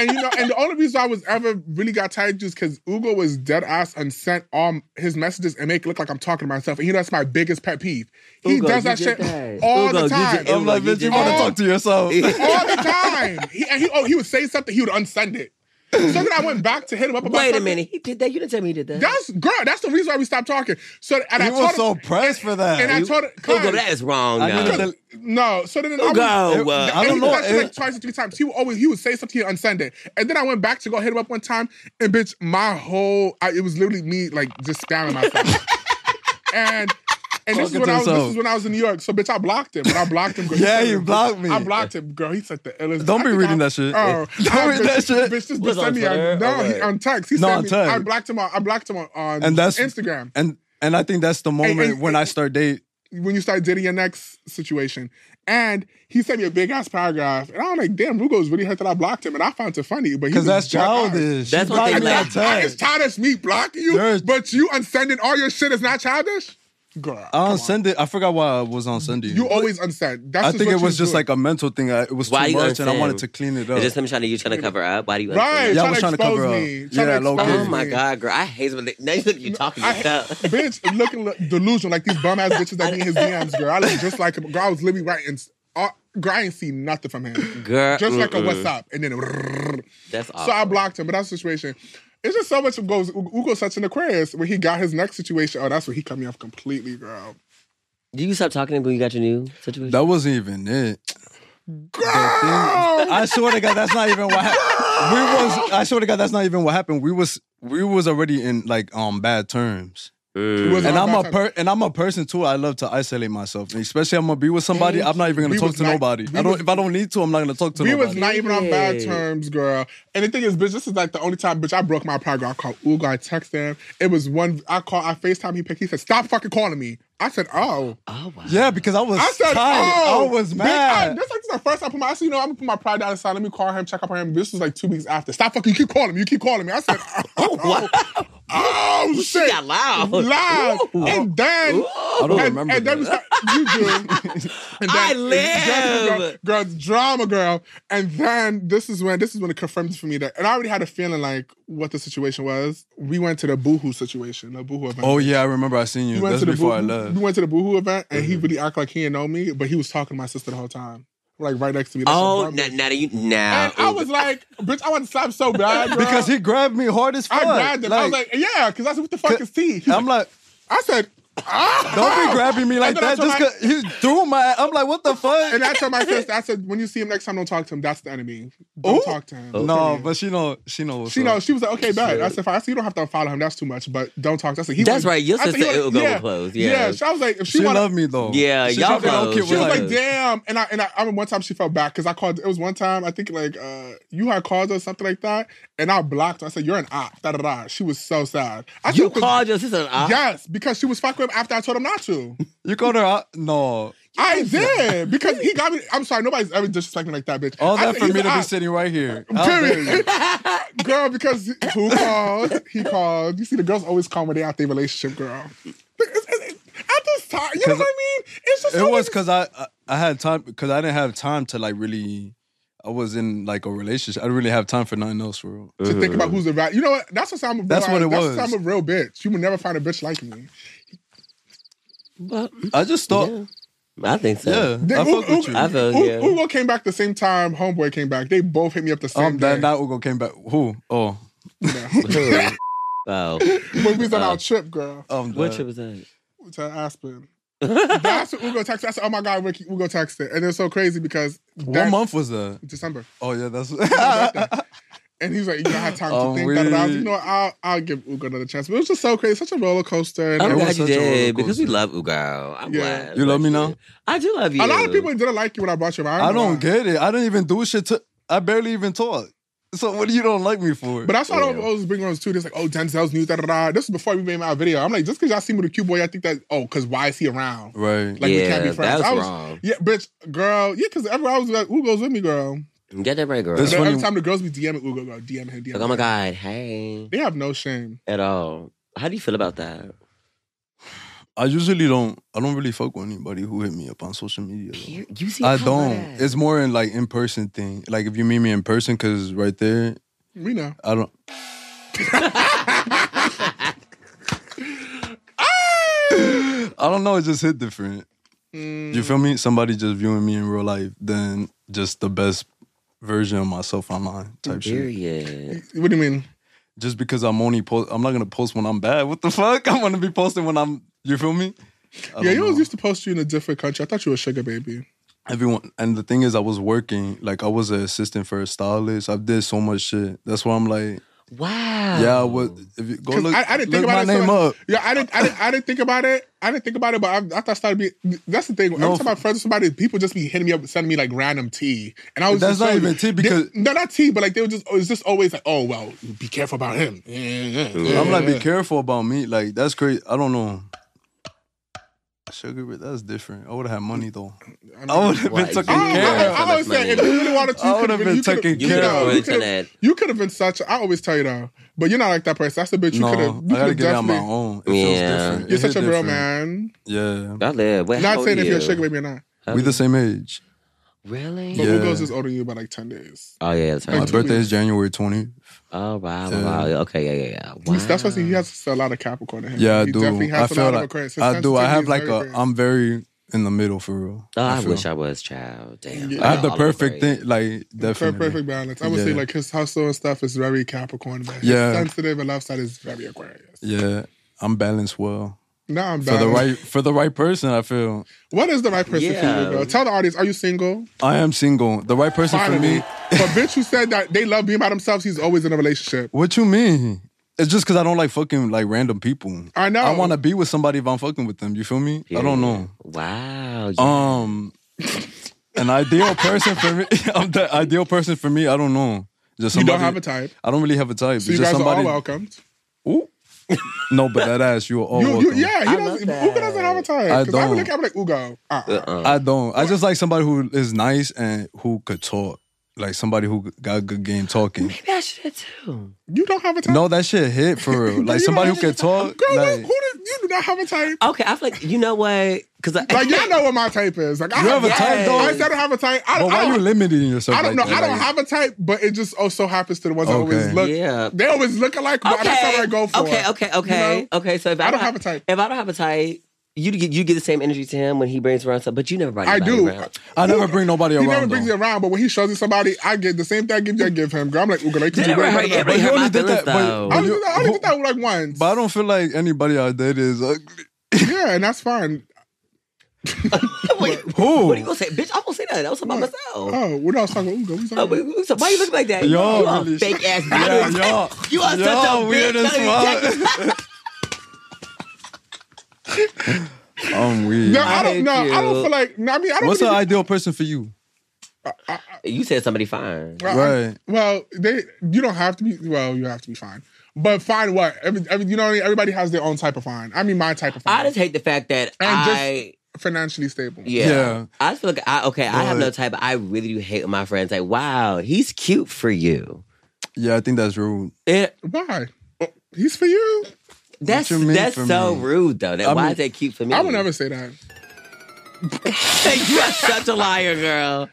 S1: And you know, and the only reason I was ever really got tired is because Ugo was dead ass and sent all his messages and make it look like I'm talking to myself. And you know that's my biggest pet peeve. He
S2: Ugo,
S1: does
S2: you
S1: that
S2: did
S1: shit
S2: that.
S1: all
S2: Ugo,
S1: the
S2: you
S1: time.
S2: did- It
S3: I'm
S2: was like,
S3: like, bitch,
S2: you
S3: you
S2: did
S3: want to
S1: that.
S3: talk to yourself?
S1: all the time. He, and he oh he would say something, he would unsend it. So then I went back to hit him up about
S2: Wait a
S1: something.
S2: minute, he did that. You didn't tell me he did that.
S1: That's girl, that's the reason why we stopped talking. So and I
S3: He
S1: told
S3: was so
S1: him,
S3: pressed for that.
S1: and I
S3: He-
S1: told him,
S2: Ugo,
S1: "Cuz,
S2: Oh, that is wrong.
S3: I
S2: now.
S3: need to-
S1: No, so then I
S2: Ugo,
S1: was-
S2: uh,
S1: and
S3: I
S1: he
S3: don't
S1: did
S3: know,
S1: that shit, like
S3: it-
S1: twice or three times. He would always he would say something and unsend it, and then I went back to go hit him up one time, and bitch, my whole I, it was literally me like just spamming myself, and and this is
S3: Talking
S1: when
S3: to
S1: I was this
S3: himself.
S1: is when I was in New York. So bitch, I blocked him, but I blocked him. Girl. He
S3: Yeah,
S1: said-
S3: you blocked me.
S1: I blocked him, girl. He said the illest.
S3: Don't
S1: I
S3: be
S1: think
S3: reading
S1: I-
S3: that shit.
S1: Oh,
S3: Don't
S1: I-
S3: read
S1: bitch-
S3: that
S1: Bitch,
S3: shit.
S1: this
S2: Was
S1: bitch
S2: on
S1: sent me on
S2: Twitter
S1: no,
S2: or
S1: he
S2: what?
S1: on text. He
S3: No,
S1: sent
S3: on
S1: me.
S3: text.
S1: I blocked him on. I blocked him on, on
S3: And that's-
S1: Instagram.
S3: and and I think that's the moment
S1: and-
S3: when I start date.
S1: when you start dating your next situation. And he sent me a big ass paragraph. And I'm like, damn, Rugo's really hurt that I blocked him. And I found it funny. But he was
S3: Because that's
S1: dead ass.
S3: childish.
S2: That's
S3: You
S2: what they
S3: blocked
S2: like.
S3: that
S1: I
S3: tag.
S1: It's childish me blocking you,
S3: There's-
S1: but you unsending all your shit is not childish? Girl.
S3: I
S1: come
S3: on
S1: on.
S3: Sunday, I forgot why I was on Sunday.
S1: You always unsend. That's
S3: I
S1: just
S3: think
S1: what
S3: it
S1: you
S3: was just
S1: doing.
S3: like a mental thing. I, it was
S2: Why
S3: too
S2: you
S3: much, and I
S2: understand?
S3: wanted to clean it
S2: It's
S3: up.
S2: just him trying to you trying to cover up. Why do you?
S1: Right.
S2: understand?
S3: Yeah, I
S1: trying
S3: was
S1: to
S3: trying to
S1: expose
S3: cover up.
S1: me. Trying
S3: Yeah,
S1: to
S3: low
S1: expose
S2: Oh
S3: key.
S2: my
S1: me.
S2: god, girl, I hate when they, now you look you talking
S1: I-
S2: yourself.
S1: bitch, looking look, delusional like these bum ass bitches that be in his DMs, girl. I look just like him. Girl, I was literally writing. Uh, girl, I ain't seen nothing from him.
S2: Girl,
S1: Just like a
S2: mm-mm.
S1: what's up. And then a-
S2: That's awful.
S1: So I blocked him, but that's the situation. It's just so much goes. U- Ugo's such an Aquarius. When he got his next situation, oh, that's where he cut me off completely, girl.
S2: Did you stop talking to him when you got your new situation?
S3: That wasn't even it.
S1: Girl,
S3: I swear to God, that's not even what happened. We was. I swear to God, that's not even what happened. We was. We was already in like um bad terms.
S2: Mm.
S4: Uh,
S1: Was-
S3: And
S1: Oh,
S3: I'm
S1: that's
S3: a
S1: how-
S3: per- and I'm a person too. I love to isolate myself, And especially I'm gonna be with somebody. I'm not even gonna
S1: We
S3: talk
S1: was
S3: to
S1: ni-
S3: nobody.
S1: we
S3: I don't.
S1: was-
S3: if I don't need to, I'm not gonna talk to
S1: We was
S3: nobody.
S1: not even on bad
S2: Period.
S1: terms, girl. And the thing is, bitch, this is like the only time, bitch, I broke my pride. Girl. I called Ugo, I texted him. It was one, I called, I FaceTime, he picked, he said, stop fucking calling me. I said, oh.
S2: Oh wow.
S3: yeah, because I was
S1: I said,
S3: tired.
S1: oh.
S3: I was
S1: Bitch, I,
S3: mad.
S1: that's like the first time I put my, I said, you know, I'm gonna put my pride down aside. Let me call him, check up on him. This was like two weeks after. Stop fucking, you keep calling me, you keep calling me. I said, oh, oh, oh
S2: She
S1: shit.
S2: got loud.
S1: Live.
S2: Ooh.
S1: And then,
S2: Ooh.
S3: I don't
S1: and,
S3: remember
S1: And then
S3: that.
S1: we start, you do. And
S2: I
S1: then-
S2: live.
S1: Girl, girl, girl, drama, girl. And then this is when this is when it confirmed for me that, and I already had a feeling like what the situation was. We went to the boohoo situation, the boohoo event.
S3: Oh yeah, I remember. I seen you.
S1: we went
S3: That's
S1: to the
S3: before I
S1: boohoo,
S3: left.
S1: We went to the boohoo event, and he really acted like he didn't know me, but he was talking to my sister the whole time, like right next to me. That shit
S2: Oh,
S1: brought me-
S2: now, now that you now.
S1: And I was like, bitch, I want to slap so bad, girl.
S3: Because he grabbed me hard as fuck.
S1: I grabbed him. I was like, yeah, because I said, what the fuck is T? He's
S3: I'm like,
S1: I said, ah,
S3: don't be grabbing me like
S1: And then I
S3: that.
S1: told
S3: Just
S1: my-
S3: cause he threw my. I'm like, what the fuck?
S1: And I told my sister, I said, when you see him next time, don't talk to him. That's the enemy. Don't
S3: Ooh.
S1: talk to him.
S3: no, but she know. She know. What's
S1: she
S3: up.
S1: knows. She was like, okay, bad. I said, fine. I said, you don't have to follow him. That's too much. But don't talk. I said, he
S2: That's
S1: was-
S2: right. Your
S1: I said, he
S2: sister,
S1: was-
S2: Ilgo was close. Yeah.
S1: So I was like, if
S3: She,
S1: she, wanted,
S3: loved me though.
S2: Yeah,
S3: She
S2: y'all
S3: probably don't
S2: close.
S3: care
S1: she
S3: what
S1: was
S2: We're
S1: like,
S2: like-
S1: damn. And I and I, I remember one time she felt bad because I called. It was one time I think like uh you had called or something like that, and I blocked her. I said, you're an op. Da da da. She was so sad. I
S2: you
S1: said, 'cause-
S2: called your sister uh, an op?
S1: Yes, because she was fucking with him after I told him not to.
S3: You called her out? No.
S1: I did because he got me. I'm sorry, nobody's ever disrespecting me like that, bitch.
S3: All
S1: I
S3: that
S1: said, "Ah,
S3: for
S1: he's
S3: me
S1: an
S3: to be
S1: op.
S3: sitting right here. How dare you.
S1: Period. girl, because who called? He called. You see, the girls always call when they out their relationship, girl. It's- it's- it's- At this time, you know what I mean? It's just
S3: It
S1: so
S3: was
S1: many-
S3: because I, I I had time because I didn't have time to like really. I was in like a relationship. I didn't really have time for nothing else, for real.
S2: Mm.
S1: to think about who's the right. You know what? That's what I'm. A real,
S3: That's what it
S1: that's
S3: was.
S1: I'm a real bitch. You will never find a bitch like me.
S2: But,
S3: I just thought,
S2: yeah, I think so.
S3: yeah,
S1: Then
S3: I
S1: Ugo-
S3: fuck with
S1: Ugo-
S3: you.
S2: I feel
S1: U-
S2: yeah.
S1: Ugo came back the same time. Homeboy came back. They both hit me up the same
S3: um,
S1: day.
S3: that now Ugo came back. Who? Oh,
S2: Who? oh.
S1: when we was on
S2: Uh,
S1: our trip, girl,
S3: um,
S2: What
S3: that-
S2: trip was that?
S1: to Aspen. That's what Ugo texted. I said, "Oh my God, Ricky, Ugo texted," and it was so crazy because
S3: What
S1: that-
S3: month was that?
S1: December.
S3: Oh yeah, that's.
S1: And he's like, you don't have time to
S3: Oh,
S1: think that. And I was,
S3: we-
S1: you know, what, I'll I'll give Ugo another chance. But it was just so crazy, such a roller coaster. And
S2: I'm
S3: It was
S2: glad you
S3: such a roller
S2: did because we
S3: coaster.
S2: love Ugo. I'm
S1: Yeah.
S2: glad.
S3: You love me now?
S2: I do love you.
S1: a lot of people didn't like you when I brought you. But
S3: I
S1: know
S3: don't
S1: why.
S3: get it. I don't even do shit. To, I barely even talk. So what do you don't like me for?
S1: But that's why I don't
S2: Yeah.
S1: always bring on too. This like, oh, Denzel's new. Da da da. This is before we made my video. I'm like, just because y'all see me with a cute boy, I think that oh, because why is he around?
S3: right.
S1: Like
S2: yeah,
S1: we can't be friends.
S2: That's
S1: I was,
S2: wrong.
S1: Yeah, bitch, girl. Yeah, because everywhere I was like, Ugo's with me, girl.
S2: Get that right, girl.
S3: This- It's
S1: Every
S3: funny-
S1: time the girls be DMing Ugo, girl, DM him, DM.
S2: like, oh my god, hey,
S1: They have no shame.
S2: at all. How do you feel about that?
S3: I usually don't. I don't really fuck with anybody who hit me up on social media. though.
S2: You you see,
S3: I
S2: how
S3: don't.
S2: that-
S3: It's more in like in person thing. Like if you meet me in person, cause right there,
S1: We know.
S3: I don't. I don't know. It just hit different. You
S1: Mm.
S3: feel me? Somebody just viewing me in real life than just the best version of myself online type shit.
S2: period.
S1: What do you mean?
S3: Just because I'm only post, I'm not gonna post when I'm bad. What the fuck? I'm gonna be posting when I'm. You feel me? I
S1: Yeah,
S3: don't
S1: you
S3: know.
S1: always used to post you in a different country. I thought you were a sugar baby.
S3: everyone and the thing is i was working like i was an assistant for a stylist i did so much shit that's why i'm like
S2: Wow.
S3: yeah i was if you go
S1: Oh. 'Cause
S3: look,
S1: I, I didn't think
S3: look
S1: about
S3: my
S1: it.
S3: name
S1: so,
S3: up
S1: Yeah, I didn't, I didn't. I didn't think about it. I didn't think about it. But I, I thought I started be. That's the thing. Every
S3: No,
S1: time I'm friends with somebody, people just be hitting me up, and sending me like random tea, and I was.
S3: That's
S1: just
S3: not
S1: so-
S3: even tea
S1: they-
S3: because-
S1: no, not tea, but like they were just. It's just always like, oh well, be careful about him.
S3: i'm
S1: I'm
S3: like be careful about me like that's crazy i don't know sugar but that's different i would have had money though i would have
S2: Why?
S3: been taken
S1: I, I-
S3: care
S1: I,
S3: of
S2: How
S1: always
S2: much
S1: say, if
S2: money?
S1: you really wanted to,
S3: I
S1: you
S3: would've
S1: could've- you
S3: been
S1: could've-
S3: taken
S1: you
S2: care
S1: could've-
S2: of.
S1: you
S2: Really
S1: could've-
S2: turned
S1: You could have been such. I always tell you that, but you're not like that person. That's the bitch. You could have.
S3: no
S1: You
S3: i gotta
S1: could
S3: get it on my
S1: definitely.
S3: own it feels
S2: Yeah.
S3: different
S1: You're
S3: It hit
S1: such a real
S3: different.
S1: man.
S3: yeah
S2: I live. Wait, how
S1: Not
S2: old
S1: saying
S2: are
S1: if
S2: you?
S1: you're a sugar baby or not.
S2: How
S3: we
S2: old-
S3: the same age
S2: Oh, really?
S1: But
S3: Yeah.
S1: Ugo's is older than you by like 10 days.
S2: Oh yeah, that's
S3: my
S1: Like
S2: right.
S1: two
S3: birthday
S1: weeks.
S3: is january 20th
S2: Oh wow,
S3: Yeah.
S2: wow. Okay, yeah, yeah, yeah. Wow.
S1: That's why I say he has a lot of Capricorn in him.
S3: yeah i
S1: he
S3: do i feel like
S1: Aquarius. His
S3: i do i
S1: sensitivity
S3: have
S1: is
S3: like
S1: very
S3: a
S1: Aquarius.
S3: i'm very in the middle for real
S2: Oh, I,
S3: feel.
S2: wish I was child. Damn.
S1: Yeah.
S3: I have the
S2: Oliver
S3: perfect
S2: Braid.
S3: thing, like
S1: Per-
S3: definitely.
S1: perfect balance. I would say
S3: Yeah.
S1: like his hustle and stuff is very Capricorn. But his
S3: Yeah.
S1: sensitive and love side is very Aquarius.
S3: Yeah, I'm balanced well
S1: Now I'm
S3: for
S1: balanced.
S3: the right for the right person. I feel
S1: What is the right person for
S2: Yeah.
S1: you, bro? Tell the audience, are you single?
S3: I am single. The right person for
S1: Finally.
S3: me.
S1: but bitch who said that they love being by themselves, he's always in a relationship.
S3: What you mean? It's just because I don't like fucking like random people.
S1: I know.
S3: I want to be with somebody if I'm fucking with them. You feel me? I don't know.
S2: Wow. you-
S3: Um, an ideal person for me. I'm the ideal person for me. I don't know. Just
S1: you
S3: somebody,
S1: don't have a type.
S3: I don't really have a type.
S1: So
S3: it's
S1: you
S3: just
S1: guys
S3: somebody.
S1: are all welcome.
S3: Ooh. no, but that ass, you are all
S1: You, you,
S3: Oh, welcome.
S1: yeah, he
S2: I
S1: doesn't.
S2: love
S1: Uga
S2: that.
S1: doesn't have a
S3: I
S1: type. Because I
S3: don't.
S1: would look at him like Uga. Uh-uh.
S2: uh-uh.
S3: I don't. I just like somebody who is nice and who could talk. Like somebody who got good game talking.
S2: Maybe I should too.
S1: You don't have a type.
S3: No, that shit hit for real. Like
S1: You
S3: somebody who
S1: don't
S3: can
S1: have a
S3: talk.
S1: type. Girl,
S3: Like,
S1: who do, you do not have a type.
S2: Okay, I feel like you know what? Because I,
S1: Like y'all know what my type is. Like I
S3: You have a
S2: Yes.
S3: type though.
S1: I said I don't have a type. I,
S3: But
S1: I
S3: why you
S1: don't,
S3: limiting yourself?
S1: I don't know.
S3: like
S1: I
S3: that?
S1: don't
S3: Like,
S1: have a type, but it just oh so happens to the ones that
S3: Okay.
S1: always look.
S2: Yeah.
S1: They always look alike, but that's not what I go for.
S2: Okay, okay, okay,
S1: You
S2: okay. So if I,
S1: I don't have a type.
S2: if I don't have a type, you get you get the same energy to him when he brings around stuff, but you never bring.
S1: I
S2: anybody
S1: do.
S2: Around.
S3: I never bring nobody
S1: He
S3: around.
S1: never brings
S3: though.
S1: you around, but when he shows you somebody, I get the same thing I give you, I give him. Girl, I'm like, Ooga, like, could you
S2: Never
S1: bring
S2: hurt
S1: that up?
S2: everybody.
S3: But
S2: hurt
S3: you
S2: my
S3: only did
S2: feelings,
S3: that.
S2: though.
S1: I
S3: But, but,
S1: only
S3: you,
S1: did that I only did that like once.
S3: but I don't feel like anybody I dated is ugly.
S1: yeah, and that's fine.
S2: Wait,
S3: Who?
S2: What are you gonna say, bitch? I won't say that. That was about myself.
S1: Oh, we're not talking about Ooga. We
S2: Oh,
S1: talking
S2: wait,
S1: about
S2: wait, so why you look like that?
S3: Y'all
S2: you are
S3: really-
S2: a fake ass.
S3: Yeah,
S2: bitch.
S3: y'all.
S2: You are such a
S3: y'all weird
S2: bitch.
S3: as fuck. I'm weird.
S1: no, I
S2: I
S1: don't
S2: hate
S1: know. I don't
S2: you.
S1: feel like. No, I mean, I don't.
S3: What's the
S1: really-
S3: ideal person for you?
S2: You said somebody fine.
S1: Well, I-
S3: Right.
S1: well, they you don't have to be. Well, you have to be fine. But fine, what? Every, every, you know, what I mean? everybody has their own type of fine. I mean, my type of fine.
S2: I just hate the fact that
S1: And just-
S2: I.
S1: financially stable.
S2: Yeah.
S3: Yeah.
S2: I just feel like I okay, I have
S3: But-
S2: no type, but I really do hate when my friends like, wow, he's cute for you.
S3: Yeah, I think that's rude.
S2: It,
S1: Why? Oh, He's for you.
S2: that's
S3: you mean
S2: that's
S3: for
S2: so
S3: me?
S2: rude though. That,
S3: I
S2: why
S3: mean-
S2: is that cute for me?
S1: I would never say that.
S2: you are such a liar, girl.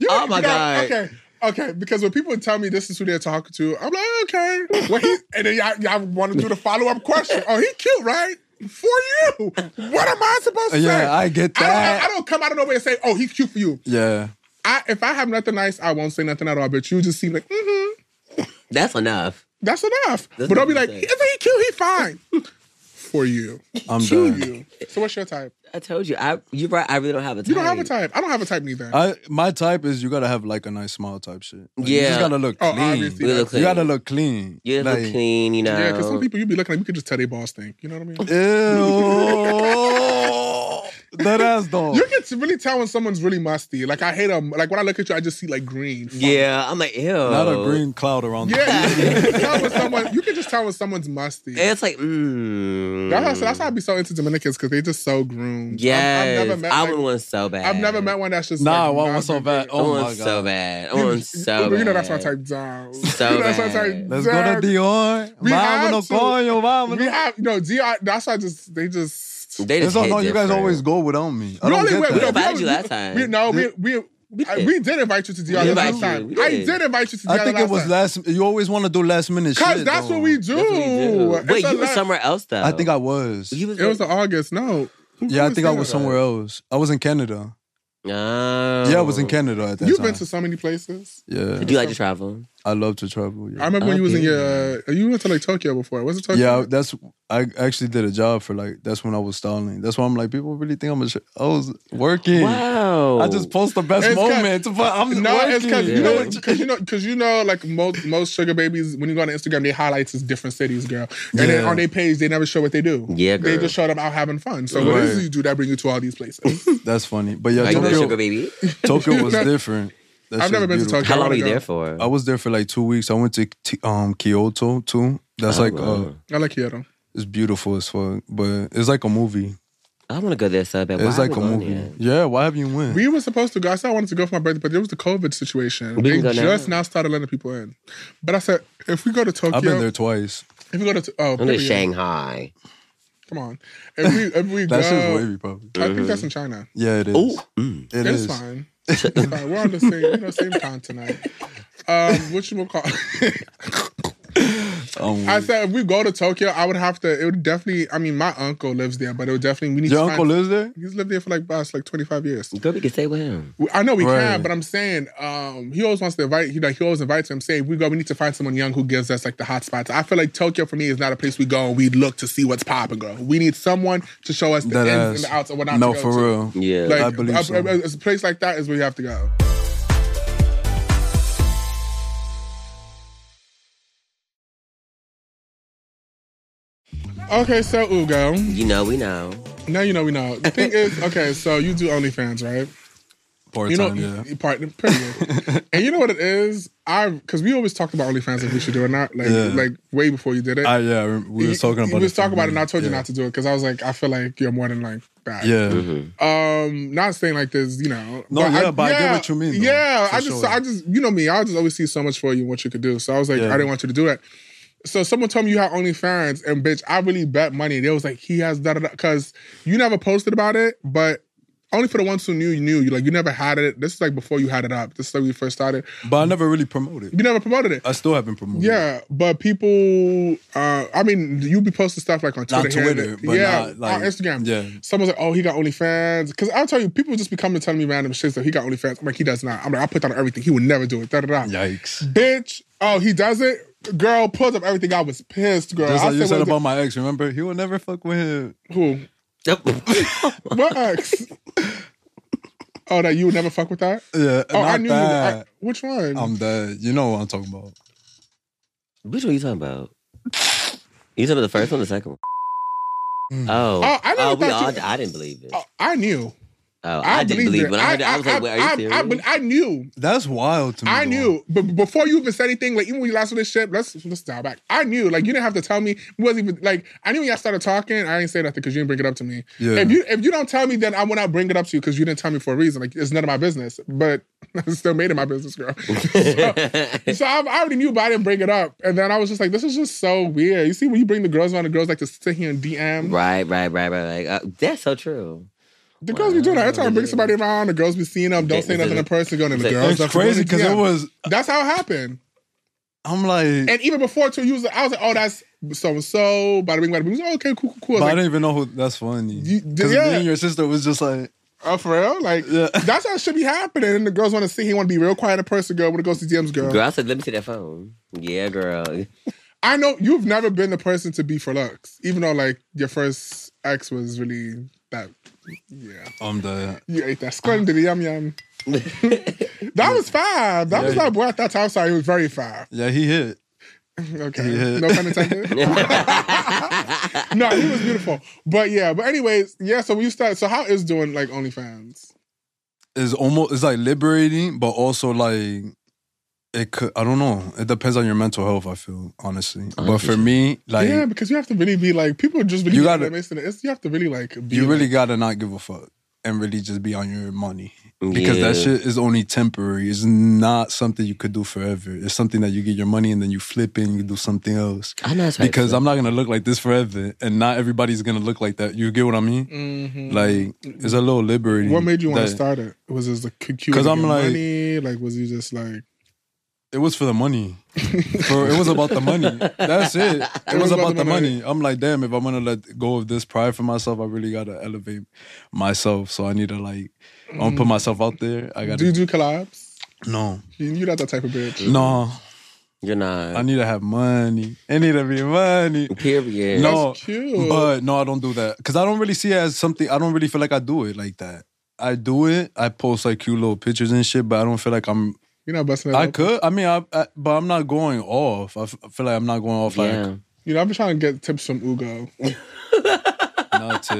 S1: You
S2: Oh
S1: know-
S2: my
S1: you know,
S2: God.
S1: Okay. Okay, because when people tell me this is who they're talking to, I'm like, okay. Well, he, and then y'all, y'all want to do the follow up question. Oh, he cute, right? For you. What am I supposed to say?
S3: Yeah, I get
S1: I, don't, I
S3: that.
S1: don't come out of nowhere and say, oh, he's cute for you.
S3: Yeah.
S1: I, if I have nothing nice, I won't say nothing at all. But you just seem like, mm-hmm.
S2: That's enough.
S1: That's enough.
S2: That's
S1: but I'll be
S2: what
S1: like,
S2: he
S1: isn't
S2: said.
S1: he cute? He fine. For you.
S3: I'm
S1: to
S3: done.
S1: you. So what's your type?
S2: I told you, I you're right, I really don't have a type.
S1: You don't have a type. I don't have a type neither.
S3: I my type is you gotta have like a nice smile type shit. Like, You
S2: Yeah.
S3: just gotta look
S1: Oh,
S3: clean.
S1: obviously.
S2: You look
S3: You
S2: clean.
S3: gotta look clean.
S2: You look
S3: Like,
S2: clean, you know.
S1: yeah, because some people you be looking at, you can just tell they balls stink. You know what I mean?
S3: Ew. that ass though.
S1: You can really tell when someone's really musty. Like I hate them. Like when I look at you, I just see like green. Fuck.
S2: yeah, I'm like, ew.
S3: Not a green cloud around. the-
S1: Yeah, you can just tell when someone. You can just tell when someone's musty.
S2: And it's like, mm.
S1: That's, that's why I be so into Dominicans because they just so groomed.
S2: Yes.
S1: I've, I've never met.
S2: I
S1: like-
S2: want one so bad.
S1: I've never met one that's just
S3: Nah, I
S1: Like,
S3: want
S1: not
S3: one so
S1: big.
S3: bad.
S2: I
S3: Oh
S2: want
S3: my
S2: so
S3: god.
S2: bad. I want so
S1: you know that's my
S2: bad.
S1: type down.
S2: So
S1: you know that's my
S2: bad.
S1: type
S3: Let's go to
S1: down.
S3: Dior.
S1: We have
S3: Vámonos,
S1: to.
S3: coño, vámonos.
S1: We have no DR. That's why I just they just.
S2: They
S3: It's
S2: just
S3: all
S2: hit
S3: no, you guys
S2: different.
S3: always go without me. I
S1: We
S3: don't
S1: only went-
S3: get
S1: we-
S3: that.
S1: we
S2: invited
S1: only-
S2: you last time.
S1: We, no, we we we,
S2: We
S1: I,
S2: did.
S1: we did invite you to DR
S2: We
S1: the last
S2: invited
S1: time.
S2: you. We
S1: I
S2: did.
S1: did invite you to DR
S3: I think
S1: last
S3: it was
S1: time.
S3: last. You always want to do last minute shit.
S1: Cause that's
S3: though.
S1: what we do.
S2: That's what we do.
S1: It's
S2: Wait,
S1: a
S2: you were
S1: lot-
S2: somewhere else though.
S3: I think I was.
S2: Oh. You was.
S1: It was the August. No. Who-
S3: Yeah,
S1: who
S3: I think I
S1: saying
S3: was
S1: that?
S3: somewhere else. I was in Canada.
S2: Oh.
S3: Yeah, I was in Canada at that
S1: You've
S3: time.
S1: been to so many places.
S3: yeah,
S2: Do you like to travel?
S3: I love to travel.
S1: I
S3: Yeah,
S1: remember when you was in
S2: Okay.
S1: your. Uh, you went to like Tokyo before. Was it Tokyo?
S3: yeah. That's I actually did a job for like. That's when I was styling. That's why I'm like, people really think I'm a. Sh- I was working.
S2: Wow.
S3: I just post the best
S1: It's 'cause-
S3: moments, but I'm
S1: no,
S3: working.
S1: it's because you know,
S2: Yeah.
S1: because you know, because you know, like most most sugar babies, when you go on Instagram, they highlights is different cities, girl. And then
S3: Yeah.
S1: on their page, they never show what they do.
S2: Yeah,
S1: They
S2: girl.
S1: just show them out having fun. So what
S3: Right.
S1: is it you do that bring you to all these places?
S3: That's funny, but yeah,
S2: Like no sugar
S3: Tokyo,
S2: baby.
S3: Tokyo was different. That
S1: I've
S3: shit's
S1: never been to
S3: beautiful.
S1: Tokyo.
S2: How long
S1: I
S2: were you
S1: wanna
S2: there
S1: go.
S2: for?
S3: I was there for like two weeks. I went to T- um Kyoto too. That's like
S2: wow.
S3: uh,
S1: I like Kyoto.
S3: it's beautiful as fuck, but it's like a movie.
S2: I want to go there so bad. Why
S3: It's like a
S2: haven't we gone
S3: movie.
S2: yet?
S3: Yeah, why have you went?
S1: We were supposed to go. I said I wanted to go for my birthday, but there was the COVID situation.
S2: We
S1: they
S2: can go now.
S1: just now. started letting people in. But I said, if we go to Tokyo,
S3: I've been there twice.
S1: if we go to oh,
S2: I'm going to
S1: period.
S2: Shanghai.
S1: Come on. If we if we
S3: That's just
S1: go,
S3: wavy, probably.
S1: I think that's in China.
S3: Yeah, it is.
S2: Ooh. Mm.
S3: It
S1: it's
S3: is.
S1: fine. It's fine. We're on the same, you know, same continent. Um, what you will call?
S3: Um,
S1: I said if we go to Tokyo, I would have to. It would definitely. I mean, my uncle lives there, but it would definitely. We need
S3: your
S1: to
S3: uncle
S1: Find,
S3: lives there?
S1: he's lived there for like past like twenty five years.
S2: Girl, we can stay with him.
S1: We- I know we
S3: Right.
S1: can, but I'm saying um, he always wants to invite. He like he always invites. him. I'm saying we go. We need to find someone young who gives us like the hot spots. I feel like Tokyo for me is not a place we go and we look to see what's popping, girl. We need someone to show us the
S3: That
S1: ins
S3: ass.
S1: and the outs of what not
S3: no,
S1: to go
S3: for
S1: to.
S3: real.
S2: Yeah.
S1: Like,
S3: I believe
S1: a,
S3: so.
S1: a- a- a place like that is where you have to go. Okay, so Ugo,
S2: You know, we know.
S1: now you know we know. The thing is, okay, so you do OnlyFans, right?
S3: Part
S1: You know,
S3: time, yeah.
S1: you- part period. and you know what it is? I because we always talked about OnlyFans if we should do it or not, like
S3: Yeah.
S1: like way before you did it.
S3: I, Ah, yeah, I rem- we
S1: You-
S3: were talking about
S1: we
S3: it.
S1: was talking
S3: for
S1: about it, and I
S3: weeks,
S1: told you
S3: yeah.
S1: not to do it because I was like, I feel like you're more than like that.
S3: Yeah.
S2: Mm-hmm.
S1: Um, not saying like this, you know.
S3: No, yeah, but I get what you mean, though,
S1: yeah,
S3: for
S1: I just,
S3: sure.
S1: I just, you know me, I just always see so much for you and what you could do. So I was like,
S3: Yeah.
S1: I didn't want you to do that. So someone told me you had OnlyFans, and bitch, I really bet money. They was like, he has da da da, because you never posted about it, but only for the ones who knew you knew. You like, you never had it. This is like before you had it up. This is like when you first started.
S3: But I never really promoted.
S1: You never promoted it.
S3: I still haven't promoted.
S1: Yeah, but people, uh, I mean, you be posting stuff like on Twitter,
S3: Not
S1: here and
S3: Twitter,
S1: there.
S3: but
S1: yeah,
S3: not, like-
S1: on Instagram.
S3: yeah.
S1: someone's like, "Oh, he got OnlyFans." Because I'll tell you, people just be coming to tell me random shit. So he got OnlyFans. I'm like, he does not. I'm like, I put that on everything. He would never do it. Da da da.
S3: Yikes.
S1: Bitch. Oh, he does it. Girl pulled up everything. I was pissed, girl.
S3: Just
S1: I
S3: like you said
S1: "What
S3: about my ex, remember? He would never fuck with him.
S1: the- who? What ex? oh, that you would never fuck with that.
S3: Yeah,
S1: Oh,
S3: not
S1: I knew you. I,
S3: that.
S1: which one?
S2: Um,
S3: I'm dead. You know what I'm talking about.
S2: Which one you talking about? You talking about the first one, or the second
S3: Mm.
S2: one? Oh,
S1: Oh, I never
S2: oh, we all,
S1: thought you-
S2: I didn't believe it.
S1: Oh, I knew.
S2: Oh,
S1: I,
S2: I, didn't believe it. When I, heard
S1: it.
S2: that, I was like, "Wait, are you
S1: I,
S2: serious?"
S1: I, but I knew.
S3: That's wild to me.
S1: I
S3: though.
S1: knew, but but before you even said anything, like even when you last relationship, let's let's dial back. I knew, like you didn't have to tell me. It wasn't even like I knew when y'all started talking. I didn't say nothing because you didn't bring it up to me.
S3: Yeah.
S1: If you if you don't tell me, then I will not bring it up to you because you didn't tell me for a reason. Like it's none of my business, but it's still made it my business, girl. so I, I already knew, but I didn't bring it up. And then I was just like, this is just so weird. You see, when you bring the girls on, the girls like to sit here and DM.
S2: right, right, right, right. Like, uh, that's so true.
S1: The girls be doing that every time I bring somebody around. The girls be seeing them, don't say
S2: Is it-
S1: nothing in person, going to the
S2: is it-
S1: girls.
S3: It's crazy because it
S1: Yeah.
S3: was.
S1: That's how it happened.
S3: I'm like,
S1: And even before two years, I was like, oh, that's so and so. Bada bing, bada bing. Oh, okay, cool, cool, cool. I was
S3: but I
S1: like,
S3: didn't even know who. That's funny.
S1: You-
S3: Because
S1: yeah.
S3: me and your sister was just like,
S1: oh, for real? Like,
S3: Yeah.
S1: that's how it should be happening. And the girls want to see. He want to be real quiet in person, girl. When it goes to DMs, girl.
S2: Girl, I said, let me see that phone. Yeah, girl.
S1: I know you've never been the person to be for Lux, even though like your first ex was really that. Yeah,
S3: I'm dead.
S1: you ate that squirm, did it, yum yum. that was five. That was
S3: Yeah.
S1: my boy at that time. Sorry, he was very five.
S3: Yeah, he hit.
S1: Okay,
S3: Yeah.
S1: no pun intended. no, he was beautiful. But yeah, but anyways, yeah. So when you start, so how is doing like OnlyFans?
S3: It's almost. It's like liberating, but also like. It could, I don't know. It depends on your mental health. I feel honestly, but for me, like
S1: yeah, because you have to really be like people just really
S3: You
S1: you
S3: gotta-
S1: gotta, it's, you have to really like be
S3: you really
S1: like,
S3: gotta not give a fuck and really just be on your money because that
S2: Yeah.
S3: shit is only temporary. It's not something you could do forever. It's something that you get your money and then you flip it and you do something else.
S2: I'm not trying
S3: Because
S2: to
S3: I'm not gonna look like this forever, and not everybody's gonna look like that. You get what I mean? Like it's a little liberating.
S1: mm-hmm. what made you want
S3: that-
S1: to start it? Was this the cue?
S3: 'Cause
S1: Because
S3: I'm
S1: I'm like,
S3: like-
S1: money? like, was you just like
S3: It was for the money. for, it was about the money. That's it. It, was, about, the money. I'm like, damn, if I'm gonna let go of this pride for myself, I really gotta elevate myself. So I need to like, I'm gonna put myself out there. I gotta
S1: do you do collabs?
S3: no,
S1: You- You're not that type of bitch.
S3: no.
S2: You're not.
S3: I need to have money. It need to be money.
S2: Period.
S3: No,
S1: cute.
S3: but no, I don't do that because I don't really see it as something. I don't really feel like I do it like that. I do it. I post like cute little pictures and shit, but I don't feel like I'm.
S1: You're not busting it.
S3: I
S1: open.
S3: could. I mean, I, I but I'm not going off. I f- I feel like I'm not going off
S2: Yeah.
S1: You know, I've been trying to get tips from Ugo.
S3: like not to.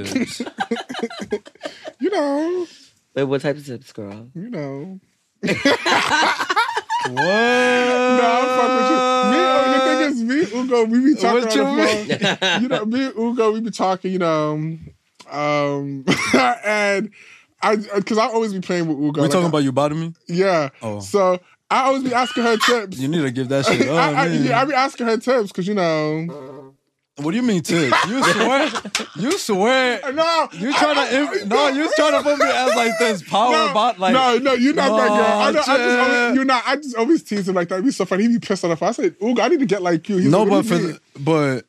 S1: You know,
S2: Wait, what type of tips, girl?
S1: you know.
S3: what? No, i
S1: No, I'm fucking with you. Me, the thing is, me, Ugo, we be talking
S3: What
S1: on
S3: you
S1: the phone. you know, me, and Ugo, we be talking. You know, um, and I, because I always be playing with Ugo.
S3: We
S1: like,
S3: talking
S1: I-
S3: about you bottoming?
S1: yeah.
S3: Oh.
S1: So I always be asking her tips.
S3: You need to give that
S1: I,
S3: shit up.
S1: I,
S3: man.
S1: yeah, I be asking her tips because you know.
S3: what do you mean tips? You swear? you swear?
S1: No,
S3: You trying
S1: I- I-
S3: to imp- no? You trying to put me as like this power
S1: No,
S3: bot? Like
S1: no, no, you're not that girl. I, know, I just
S3: Nah,
S1: always,
S3: chill.
S1: you're not. I just always tease him like that. It'd be so funny. He'd be pissed off. I said, "Ooh, I need to get like you." He's
S3: no,
S1: like,
S3: but
S1: what
S3: for
S1: do you
S3: the, but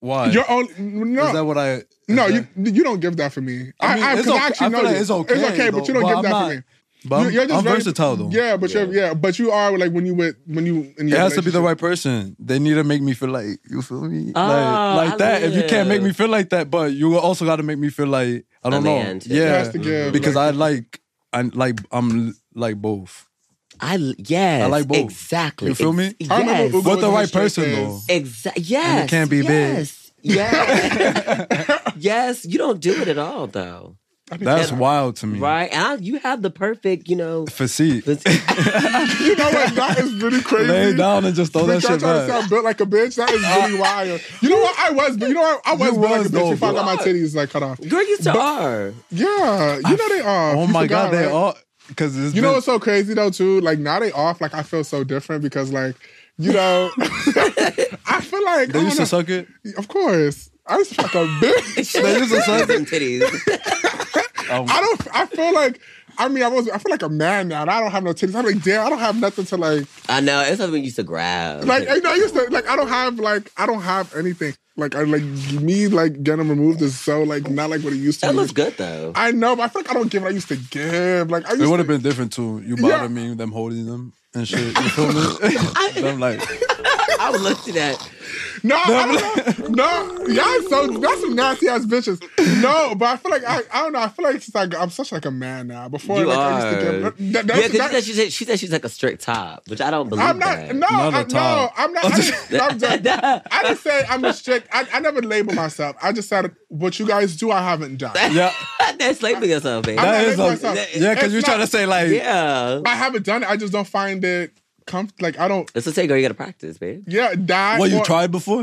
S3: why?
S1: mean? you're only no.
S3: Is that what I? is
S1: No,
S3: that-
S1: you you don't give that for me. I,
S3: mean,
S1: I,
S3: it's
S1: 'cause I
S3: okay-
S1: actually
S3: I
S1: know
S3: feel like
S1: you.
S3: it's okay,
S1: It's okay, but
S3: though,
S1: you don't
S3: but
S1: give
S3: I'm
S1: that
S3: not-
S1: for me.
S3: But I'm,
S1: You- you're just
S3: I'm
S1: very-
S3: versatile though.
S1: Yeah, but you're yeah, but you are like when you with when you in
S3: It
S1: your
S3: has to be the
S1: relationship.
S3: right person. They need to make me feel like you feel me,
S2: Oh,
S3: like,
S2: I
S3: like that. If you can't make
S2: live.
S3: me feel like that, but you also got to make me feel like I don't know.
S2: man, too.
S1: It
S3: Yeah,
S1: has to give,
S3: because
S1: like-
S3: I like I like I'm l- like both.
S2: I yes.
S3: I like both.
S2: Exactly.
S3: You feel me?
S2: Ex-
S1: I remember
S2: yes.
S1: Ugo
S3: But the
S1: was
S3: right
S1: straight
S3: person,
S1: face.
S3: though.
S2: Exactly. Yes.
S3: can't be big.
S2: yes. Yeah. yes, you don't do it at all though.
S3: That's wild to me.
S2: Right? And I, you have the perfect, you know.
S1: You
S3: Facet.
S1: know what? That is really crazy.
S3: Lay down and just throw that
S1: Bitch, I'm
S3: shit
S1: trying to
S3: back. Uh,
S1: sound built like a bitch. That is really wild. You know what? I was, but you know what? I was
S3: You
S1: built like a
S3: was,
S1: bitch.
S3: though,
S1: If I
S2: bro.
S1: got my titties like cut off.
S2: Girl, you still are.
S1: Yeah, you know they off.
S3: Oh
S1: You
S3: my
S1: forgot,
S3: god, they
S1: right?
S3: all because it's
S1: You
S3: been-
S1: know what's so crazy though too? Like now they off. Like I feel so different because like you know, I feel like
S3: they
S1: I
S3: used to
S1: don't
S3: suck it.
S1: know, of course. I used to fuck a bitch.
S3: They used to suck it.
S2: Some titties.
S3: Um,
S1: I don't. I feel like. I mean, I was. I feel like a man now. and I don't have no titties. I'm like, damn. I don't have nothing to like.
S2: I know. It's something you used to grab.
S1: Like, you know, I used to like. I don't have like. I don't have anything. Like, I like me like getting removed is so like not like what it used to.
S2: that
S1: be.
S2: looks good though.
S1: I know, but I feel like I don't give what I used to give. Like, I used
S3: it would
S1: to,
S3: have been different too. You bother me, them holding them and shit. You feel me? them like
S2: I would look to that.
S1: No, I don't know. No, y'all so that's some nasty ass bitches. No, but I feel like I, I don't know. I feel like it's like I'm such like a man now. Before
S2: You
S1: like I used to
S2: are.
S1: get that,
S2: yeah,
S1: that's,
S2: because
S1: that-
S2: she, said, she said she's like a strict top, which I don't believe
S1: I'm not.
S2: that.
S1: No,
S3: Not a
S1: I, no,
S3: top.
S1: I'm not. I didn't, no, I'm just, I didn't say I'm a strict. I, I never label myself. I just said what you guys do. I haven't done.
S3: yeah,
S2: That's labeling yourself, babe.
S1: I'm not
S3: that is
S1: making
S3: a,
S1: myself-
S3: yeah.
S1: It's
S3: Because you're
S1: not-
S3: trying to say like
S2: yeah.
S1: I haven't done it. I just don't find it comfortable. Like I don't.
S2: That's what I say, girl. You got to practice, babe.
S1: Yeah, die.
S3: what you
S1: or-
S3: tried before.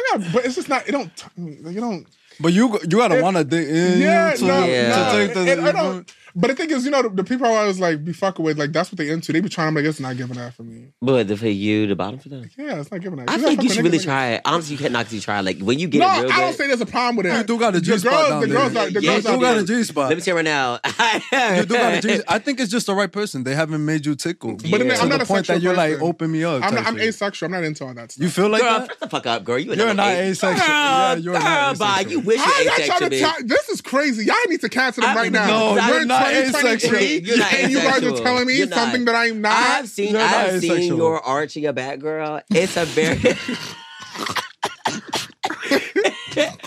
S1: I got, but it's just not. It don't. t- You don't.
S3: But you you gotta want to dig in
S1: Yeah,
S3: to,
S1: no,
S2: Yeah.
S1: no.
S3: to take the.
S1: And I don't, but the thing is, you know, the, the people I was like be fucking with, like that's what they into. They be trying. I'm like, it's not giving that for me.
S2: But the- for you, the bottom for them.
S1: Yeah, it's not giving that.
S2: I
S1: not
S2: think you
S1: fucking
S2: should really
S1: niggas,
S2: try it. Honestly, you can't knock you try. Like when you get
S1: No,
S2: it real good.
S1: I don't say there's a problem with it.
S3: You do got a
S1: the
S3: G-spot
S1: girls,
S3: down
S1: the
S3: there.
S1: girls are, the
S2: Yeah,
S1: girls
S2: you
S1: are.
S3: you got a
S1: But
S3: G spot.
S2: Let me tell you right now.
S3: You do got a G. I think it's just the right person. They haven't made you tickle.
S2: But
S1: then
S2: Yeah.
S3: to
S1: I'm
S3: the
S1: not a
S3: point
S1: sexual
S3: that you're
S1: person.
S3: like, open me up.
S1: I'm,
S3: type
S1: not, I'm
S3: shit.
S1: asexual. I'm not into all that stuff.
S3: You feel like
S2: Girl,
S3: that?
S2: shut the fuck up, girl. You
S3: You're
S2: another
S3: not
S2: ace-
S3: asexual.
S2: Girl,
S3: Yeah, you're
S2: girl,
S3: not
S2: bye.
S3: asexual.
S2: You wish
S1: How
S2: you're
S1: y'all
S2: asexual,
S1: trying to?
S2: bitch.
S1: T- this is crazy. Y'all need to cancel them
S2: I-
S1: right now.
S3: No,
S1: We're
S3: you're
S1: in
S3: not
S1: 2023,
S3: asexual.
S2: You're not
S1: and you guys are
S2: asexual.
S1: telling me
S2: You're not.
S1: something that I'm not.
S2: I've seen,
S3: You're not
S2: I've seen
S3: asexual.
S2: your arch of your back, girl. It's a very,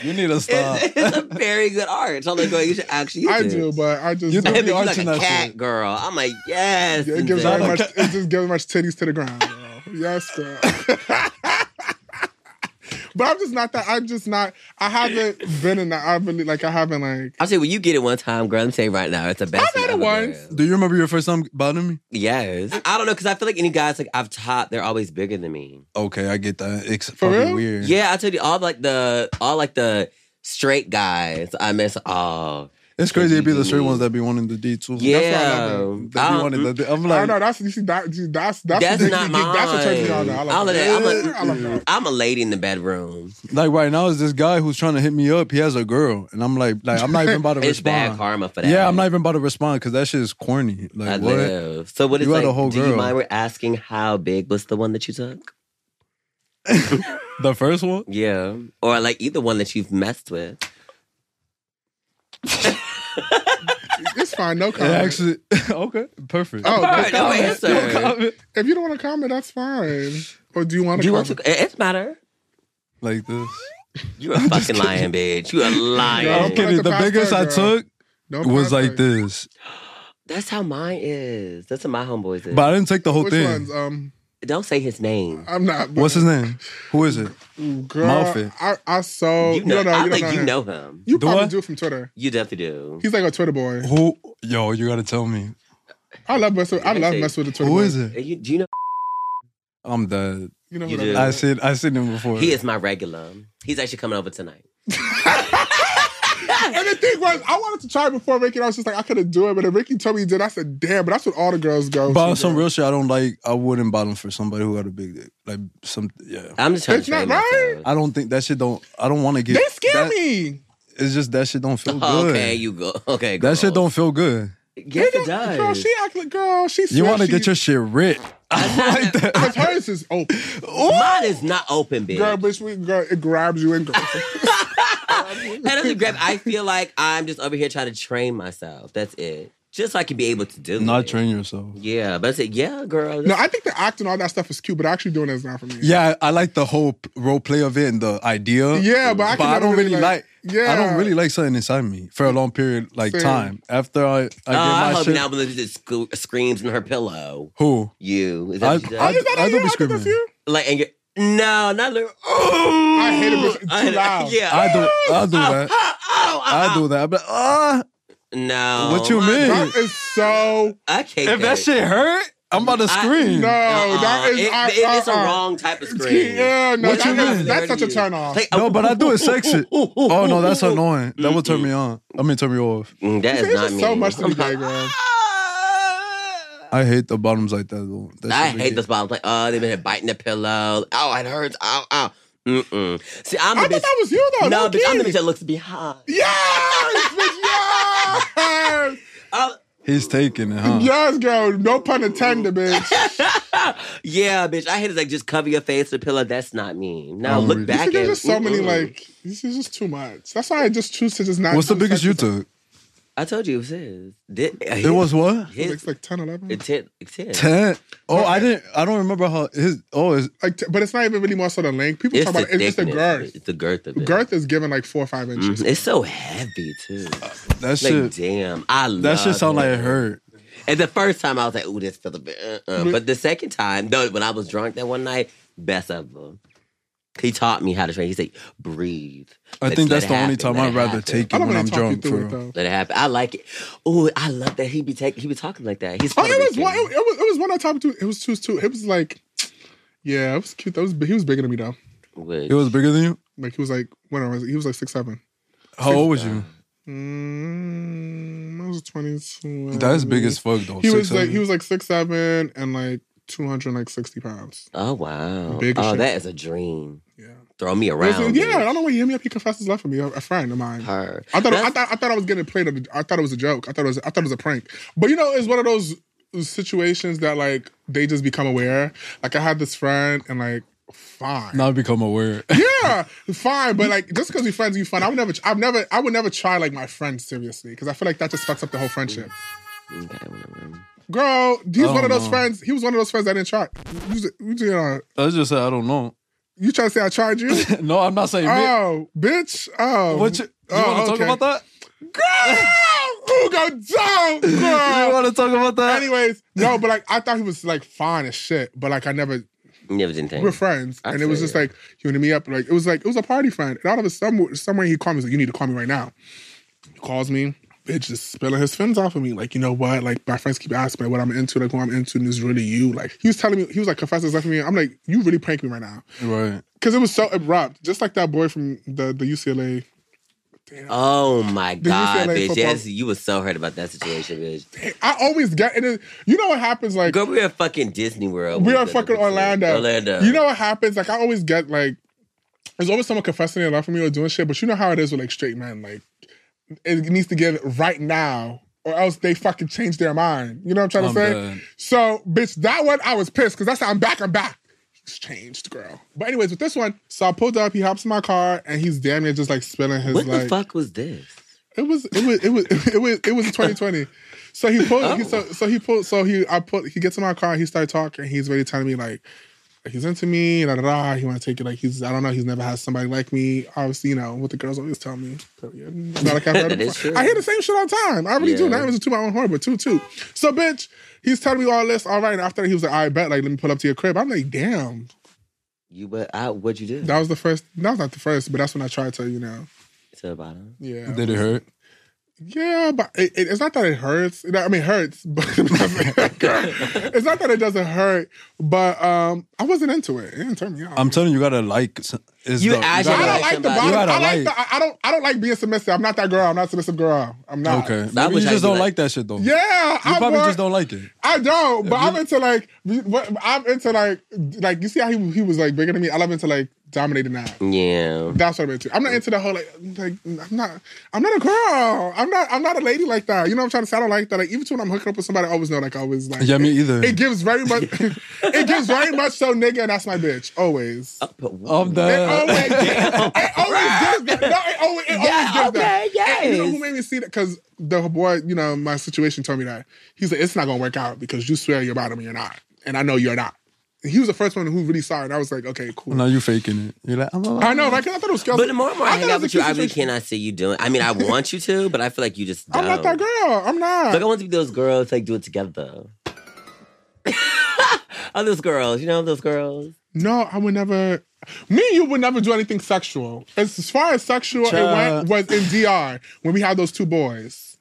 S3: You need to stop.
S2: it's, it's a very good arch. I'm like, girl, you should actually. Use
S1: I
S2: it.
S1: do, but I just
S3: You
S1: don't-
S3: do.
S2: But you
S3: Arch
S2: like
S3: in
S2: a
S3: that
S2: cat,
S3: shit.
S2: girl. I'm like, yes.
S1: It gives
S2: Zach.
S1: very much. It just gives much titties to the ground. Girl. Yes, girl. but I'm just not that. I'm just not. I haven't been in that. I really like. I haven't like.
S2: I'll say when you get it one time, girl. I'm saying right now, it's the best.
S1: I've had
S2: thing
S1: it
S2: ever,
S1: once.
S2: girl.
S3: Do you remember your first time bothering me?
S2: Yes, I don't know because I feel like any guys like I've taught, they're always bigger than me.
S3: Okay, I get that. It's
S1: For
S3: fucking
S1: real?
S3: weird.
S2: Yeah, I told you all like the all like the straight guys. I miss all.
S3: It's crazy. It'd be the
S2: Mhm.
S3: straight ones that be wanting the D too.
S2: Yeah,
S1: why I love
S3: That be
S2: Um,
S3: wanting the D. I'm
S1: I don't
S3: like,
S1: know. That's you see. That, that's that's
S2: That's
S1: what
S2: not
S1: makes me geek. That's what turns me on.
S2: mine.
S1: though. I
S2: I
S1: love that.
S2: love that. I'm a-
S1: Yeah, I love that.
S2: I'm a lady in the bedroom.
S3: like right now is this guy who's trying to hit me up. He has a girl, and I'm like, like I'm not even about to
S2: It's bad
S3: respond.
S2: karma for that.
S3: Yeah, I'm not even about to respond because that shit is corny.
S2: I
S3: Like what?
S2: live. So what is
S3: You
S2: like?
S3: had a whole
S2: do you
S3: girl.
S2: mind we're asking how big was the one that you took?
S3: The first one?
S2: Yeah, or like either one that you've messed with.
S1: It's fine. No
S3: It
S1: comment.
S3: actually, okay, perfect.
S1: oh,
S2: All
S1: no
S2: right, no
S1: comment.
S2: answer.
S1: If you don't want to comment, that's fine. Or do you want
S2: Do
S1: to?
S2: you want
S1: comment?
S2: to? It, it's matter.
S3: Like this.
S2: You're a fucking lying bitch. You're a
S1: Yeah,
S3: I'm
S2: lion.
S1: okay.
S3: kidding.
S1: Like the
S3: The
S1: pasta
S3: biggest I
S1: girl.
S3: took
S1: No
S3: was
S1: comment.
S3: like this,
S2: That's how mine is. That's what my homeboys is.
S3: but Oh, I didn't take the whole
S1: Which
S3: thing.
S1: ones? Um,
S2: Don't say his name.
S1: I'm not.
S3: What's his name? Who is it?
S1: Girl,
S3: Mouthfit.
S1: I, I saw.
S2: you know,
S1: you don't know,
S2: I
S1: you don't
S2: think
S1: know
S2: you
S1: him.
S2: know him.
S1: You
S3: Do
S1: probably
S3: I?
S1: do from Twitter.
S2: You definitely do.
S1: He's like a Twitter boy.
S3: Who? Yo, you gotta tell me.
S1: I love mess with. I
S2: Let me
S1: love
S2: see.
S1: mess with the Twitter.
S3: Who
S1: boy.
S3: is it?
S2: Uh, You- do you know?
S3: I'm dead.
S1: You know
S2: You
S1: who
S2: do.
S1: that
S3: I
S1: is.
S3: seen I seen him before.
S2: He is my regular. He's actually coming over tonight.
S1: And the thing was, I wanted to try before Ricky. And I was just like, I couldn't do it, but then Ricky told me he did. I said, damn, but that's what all the girls go.
S3: But on
S1: to,
S3: some
S1: girl.
S3: real shit, I don't like. I wouldn't bottom for somebody who had a big dick. Like some, yeah.
S2: I'm just trying
S1: It's
S2: to train
S1: not right.
S2: myself.
S3: I don't think that shit don't. I don't want to get.
S1: They scare
S3: that-
S1: me.
S3: It's just that shit don't feel
S2: Oh,
S3: good.
S2: okay, you go. Okay, girl.
S3: that shit don't feel good.
S1: They
S2: Yes, it
S1: don't- Girl,
S2: does.
S1: she act like girl. She.
S3: You want to get your shit ripped.
S1: Because hers is open.
S2: Mine is not open, bitch.
S1: Girl, bitch, we, girl, it grabs you and goes.
S2: That doesn't grab. I feel like I'm just over here trying to train myself. That's it. Just so I can be able to do
S3: Not
S2: it.
S3: train yourself.
S2: Yeah, but I said, yeah, girl.
S1: no, I think the act and all that stuff is cute, but actually doing it is not for me.
S3: Yeah, I, I like the whole p- role play of it and the idea.
S1: Yeah, but I can never
S3: don't
S1: really
S3: really like.
S1: like- Yeah.
S3: I don't really like something inside me for a long period, like
S1: Same.
S3: time. After I, I get
S2: oh, I
S3: my
S2: hope
S3: shit.
S2: now when just sc- screams in her pillow.
S3: Who?
S2: You is that
S3: I,
S2: what you
S3: I,
S2: said?
S1: Is that
S3: I
S1: you?
S3: don't be
S1: I think that's
S3: screaming.
S1: you.
S2: like and you're- No, not lyrical. Oh,
S1: I hate it, but it's too
S2: I-
S1: loud.
S2: Yeah, Oh,
S3: I do. I do
S2: Ow,
S3: that.
S2: ow, ow, ow,
S3: I do that. I'm like, ah,
S2: ow. oh, No,
S3: What you
S2: my-
S3: mean?
S1: That is so
S2: I can't.
S3: if that
S2: get it.
S3: shit hurt, I'm about to
S2: I-
S3: scream.
S1: no. that is
S2: it,
S1: I-
S2: it is a
S3: uh,
S1: uh-uh.
S2: wrong type of scream.
S1: yeah. No,
S3: What
S1: that-
S3: you
S1: that's-
S3: mean? oh,
S1: that's such a turn off.
S2: Like,
S3: No, but I do it sexy. Oh no, that's
S2: Mm,
S3: annoying. That will turn me on. I mean, turn me off.
S2: mm, That
S1: There's
S2: is not
S1: just
S2: me.
S1: so much to be gay, girl.
S3: I hate the bottoms like that though. That
S2: I
S3: shit be
S2: hate
S3: gay.
S2: those bottoms. Like, oh, they've been biting the pillow. Oh, it hurts. Ow, ow. Mm-mm. See, I'm
S1: I
S2: the
S1: thought
S2: bitch.
S1: that was you though.
S2: No,
S1: No,
S2: bitch, I'm the bitch
S1: kidding.
S2: that looks behind.
S1: Yes, bitch, yes.
S2: Oh,
S3: He's taking it, huh?
S1: Yes, girl. No pun intended, bitch.
S2: yeah, bitch. I hate it. Like, just cover your face with a pillow. That's not me. No,
S3: Um,
S2: look
S3: You
S1: You
S2: back
S1: see,
S2: at
S1: there's just so many
S2: Mm-mm.
S1: like this is just too much. That's why I just choose to just not.
S3: What's the
S1: do
S3: biggest
S1: sex
S3: you
S1: with-
S3: took?
S2: I told you it was his. Did,
S3: It was what?
S1: It
S2: his.
S1: was like 10, 11.
S2: It's his. It's his.
S3: Ten. Oh, I didn't. I don't remember how his. Oh, it's,
S1: like, t- but it's not even really more so the length. People
S2: It's
S1: talk about it.
S2: the
S1: it's just the
S2: thickness.
S1: girth.
S2: It's the girth of it.
S1: Girth is given like four or five inches.
S2: Mhm. It's so heavy too.
S3: that
S2: Like
S3: shit.
S2: damn, I love
S3: That shit sound like it hurt.
S2: And the first time I was like, "Ooh, this feels a bit." Uh, uh. But the second time, though, when I was drunk that one night, best ever. He taught me how to train. He said, "Breathe."
S3: I
S2: Let-
S3: think
S2: let
S3: that's
S2: it
S3: the only
S2: happen,
S3: time
S2: let
S3: I'd
S2: it
S3: rather
S2: happen.
S3: take
S1: I don't
S3: it when
S1: want
S3: I'm
S1: to talk you
S3: drunk.
S1: through it
S3: For
S1: though.
S2: Let it happen. I like it. Ooh, I love that he be take he be talking like that. He's
S1: Oh, it was
S2: Puerto
S1: one. It,
S2: Rican.
S1: it was it was one I talked to. It was two two. It was like, yeah, it was cute. That was he was bigger than me though.
S2: Which-
S3: it was bigger than you.
S1: Like he was like when I was he was like six seven.
S3: How old was you?
S1: Mm, I was twenty two.
S3: That's big as fuck though.
S1: He was
S3: Oh, Six,
S1: like
S3: seven.
S1: he was like six seven and like two hundred like sixty pounds.
S2: oh wow.
S1: Big as
S2: oh,
S1: shit.
S2: that is a dream.
S1: Yeah.
S2: Throw me
S1: It was-
S2: around.
S1: yeah, I
S2: bitch.
S1: don't know why he hit me up. He confessed his love for me. A a friend of mine.
S2: Her.
S1: I thought I
S2: That's-
S1: thought I thought I was getting played. at a- I thought it was a joke. I thought it was I thought it was a prank. But you know, it's one of those situations that like they just become aware. Like I had this friend, and like fine,
S3: Now I become aware.
S1: yeah, fine. But like just because we friends, you fun. I would never, I've never, I would never try like my friend seriously because I feel like that just fucks up the whole friendship.
S2: Okay, whatever.
S1: Girl, he's
S3: Oh,
S1: one of those
S3: no.
S1: friends. He was one of those friends I didn't try. You, was- you, you, know,
S3: I just said I don't know.
S1: you trying to say I tried you?
S3: No, I'm not saying. me.
S1: oh, bitch. Oh,
S3: What you, you
S1: oh,
S3: want to
S1: okay.
S3: talk about
S1: Girl, who go down?
S3: that?
S1: Girl.
S3: You want to talk about that?
S1: Anyways, no, but like I thought he was like fine as shit, but like I never
S2: Never did anything.
S1: we are friends,
S2: I
S1: and it was
S2: feel
S1: just
S2: you.
S1: like he would hit me up, like it was like it was a party friend, and out of a some somewhere he called me, he's like you need to call me right now. He calls me, bitch, just spilling his fins off of me, like you know what, like my friends keep asking me what I'm into, like who I'm into, and it's really you. Like he was telling me, he was like confessing stuff to me. I'm like, you really prank me right now,
S3: Right.
S1: because it was so abrupt, just like that boy from the the UCLA.
S2: Oh my
S1: you
S2: god,
S1: feel like
S2: bitch!
S1: football-
S2: Yes, you was so hurt about that situation, bitch.
S1: I always get, and it, you know what happens, like
S2: Girl, we are fucking Disney World.
S1: we are
S2: the-
S1: fucking Orlando.
S2: Orlando.
S1: You know what happens? Like I always get like there's always someone confessing their love for me or doing shit, but you know how it is with like straight men. Like it needs to give right now. Or else they fucking change their mind. You know what I'm trying
S3: I'm
S1: to
S2: Oh,
S1: say?
S3: dead.
S1: So, bitch, that one I was pissed because that's how I'm back. I'm back. He's changed, girl. But anyways, with this one, so I pulled up. He hops in my car and he's damn near just like spilling his
S2: what
S1: like.
S2: the fuck was this?
S1: It was it was it was it was it was 2020. So he pulled. He,
S2: Oh.
S1: so, so he pulled. So he I put. He gets in my car. He started talking. He's really telling me like he's into me. Da da da. He want to take it like he's. I don't know. He's never had somebody like me. Obviously, you know what the girls always tell me. Period. It's Not like I've heard it
S2: That is
S1: before.
S2: true.
S1: I hear the same shit all the time. I really do.
S2: Yeah.
S1: Not even to my own horn, but two two. So bitch, he's telling me all this. All right. And after that, he was like, I bet. Like let me pull up to your crib. I'm like, damn.
S2: You what? I, what'd you do?
S1: That was the first. That was not the first, but that's when I tried to. You know.
S2: To the bottom.
S1: Yeah.
S3: Did it hurt?
S1: Yeah, but it, it, it's not that it hurts. I mean, it hurts, but it's not that it doesn't hurt. But um, I wasn't into it. It didn't turn me on.
S3: I'm telling you, you gotta like. s- Is
S2: You
S3: the,
S2: actually-
S1: I
S3: gotta-
S1: don't
S2: like
S1: like the
S2: somebody.
S1: bottom.
S3: You gotta
S1: I like.
S3: like-
S1: The, I- I don't. I don't like being submissive. I'm not that girl. I'm not a submissive girl. I'm not.
S3: okay.
S2: I
S3: Maybe
S2: wish
S3: you
S2: I
S3: just
S2: could
S3: don't
S2: like-
S3: like that shit though.
S1: Yeah,
S3: You
S1: I
S3: probably
S1: want-
S3: just don't like it.
S1: I don't, but
S3: you-
S1: I'm into like, what, I'm into like, like you see how he, he was like bigger than me. I love into like dominating that.
S2: Yeah.
S1: That's what I'm into. I'm not into the whole like, like I'm not, I'm not a girl. I'm not, I'm not a lady like that. You know what I'm trying to say? I don't like that. Like even to when I'm hooking up with somebody, I always know like I always like.
S3: Yeah, me either.
S1: It gives very much. it gives very much so nigga, and that's my bitch always. It
S2: But what-
S3: I'm
S1: always,
S3: dead.
S1: it always gives. No, it always, it
S2: Yeah,
S1: always gives that.
S2: okay, yes.
S1: And you know who made me see that? Because the boy, you know, my situation told me that he's like, it's not gonna work out because you swear you're bottom and you're not, and I know you're not. He was the first one who really saw it. And I was like, okay, cool.
S3: now you faking it. You're like, I'm a,
S1: I know, right? 'Cause I thought it was.
S2: Oh. But the more and more I,
S1: thought
S2: hang
S1: it was
S2: out
S1: a
S2: with you,
S1: cute
S2: I really
S1: situation.
S2: cannot see you doing. I mean, I want you to, but I feel like you just. Don't.
S1: I'm not that girl. I'm not.
S2: Like I want to be those Oh, girls like do it together. Are those girls? You know those girls?
S1: No, I would never. Me and you would never do anything sexual. As, as far as sexual
S3: Child.
S1: it went was in DR when we had those two boys.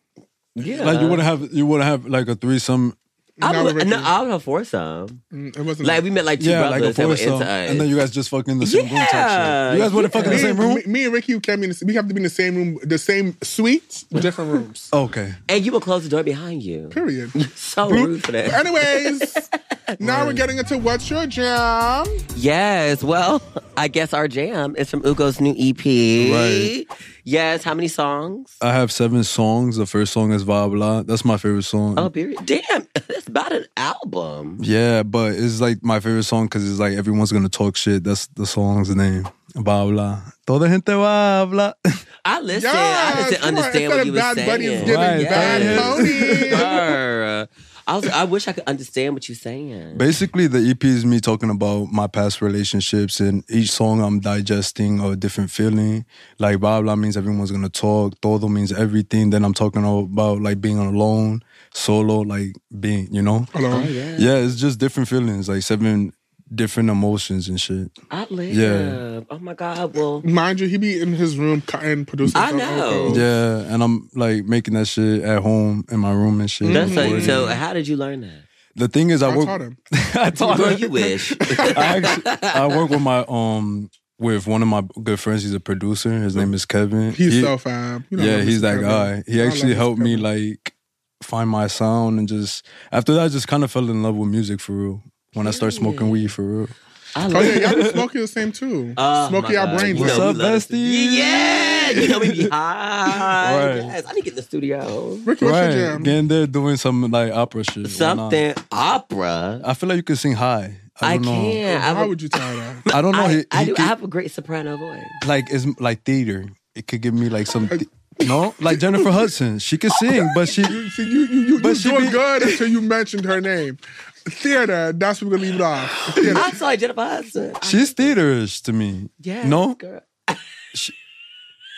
S2: Yeah.
S3: Like you would have you would have like a threesome.
S2: I
S1: Now
S2: would,
S1: we're
S2: no,
S1: making-
S2: I would have foursome.
S1: Mm, It wasn't
S2: Like we met like two
S3: Yeah, like a
S2: brothers that were into
S3: foursome,
S2: us.
S3: and then you guys just fucking in the same room. Type
S2: Yeah,
S3: shit. You guys wouldn't fuck in the
S1: me,
S3: same room.
S1: me- me and Ricky came in. the s- We have to be in the same room, the same suite, different rooms.
S2: Oh.
S3: Okay.
S2: And you would close the door behind you.
S1: Period.
S2: So rude for that.
S1: Anyways, now we're getting into what's your jam?
S2: Yes. Well, I guess our jam is from Ugo's new EP.
S3: Right.
S2: Yes. How many songs?
S3: I have seven songs. The first song is Vabla. That's my favorite song.
S2: oh, period. Damn. That's about an album.
S3: Yeah, but it's like my favorite song because it's like everyone's gonna talk shit. That's the song's name. Blah blah. Toda gente va a hablar.
S2: I listened. I
S1: Yes,
S2: didn't
S1: come on,
S2: understand
S1: instead
S2: what
S1: of
S2: you were
S1: Bad Bunny, it's
S2: saying.
S1: giving
S3: Right,
S1: Bad Pony.
S3: yeah.
S2: Sure. uh, I was. I wish I could understand what you're saying.
S3: Basically, the EP is me talking about my past relationships, and each song I'm digesting a different feeling. Like blah blah means everyone's gonna talk. Todo means everything. Then I'm talking about like being alone, solo, like being, you know.
S1: Hello.
S2: Oh, yeah.
S3: Yeah, it's just different feelings, like seven different emotions and shit.
S2: I live.
S3: Yeah.
S2: Oh my God. Well,
S1: Mind you, he be in his room cutting, producing.
S2: I
S1: some
S2: know.
S1: vocals.
S3: Yeah, and I'm like making that shit at home in my room and shit.
S2: that's
S3: Recording.
S2: so, so. How did you learn that?
S3: the thing is, I
S1: I
S3: work.
S1: taught him.
S3: I taught
S2: Girl,
S3: her.
S2: you wish.
S3: I, actually, I work with my um with one of my good friends. He's a producer. His name is Kevin.
S1: He's
S3: He-
S1: so fab. You know, I
S3: yeah,
S1: love
S3: he's
S1: Mr.
S3: that
S1: Kevin.
S3: guy. He
S1: I love
S3: actually
S1: Mr.
S3: helped me
S1: Kevin.
S3: like find my sound and just after that, I just kind of fell in love with music for real. When I started smoking weed for real,
S2: I
S1: Oh
S2: love
S1: yeah, y'all be smoking the same too.
S2: Oh,
S1: smoking
S2: my
S1: our
S2: God.
S1: brains.
S2: You
S1: out.
S3: What's
S2: know
S3: up,
S2: we love us.
S3: besties?
S2: Yeah, you know we be high.
S3: Right.
S2: Yes, I need to get in the studio.
S1: Ricky, what's your
S3: right?
S1: jam?
S3: Getting there, doing some like opera shit. Why not?
S2: Something opera.
S3: I feel like you can sing high.
S2: I,
S3: I, don't know.
S2: can. I,
S1: How
S2: would,
S1: would you tell that?
S3: I don't know.
S2: I,
S3: He-
S2: I
S3: he
S2: do.
S3: can-
S2: I have a great soprano voice.
S3: like is like theater. It could give me like some. thi- no, like Jennifer Hudson. She could sing, but she
S1: See, you you you,
S3: But
S1: you
S3: she
S1: doing
S3: be-
S1: good until you mentioned her name. Theater. That's what we're gonna leave it off. Theater.
S2: I saw Jennifer Hudson. I-
S3: she's theaterish to me.
S2: Yes,
S3: No,
S2: girl.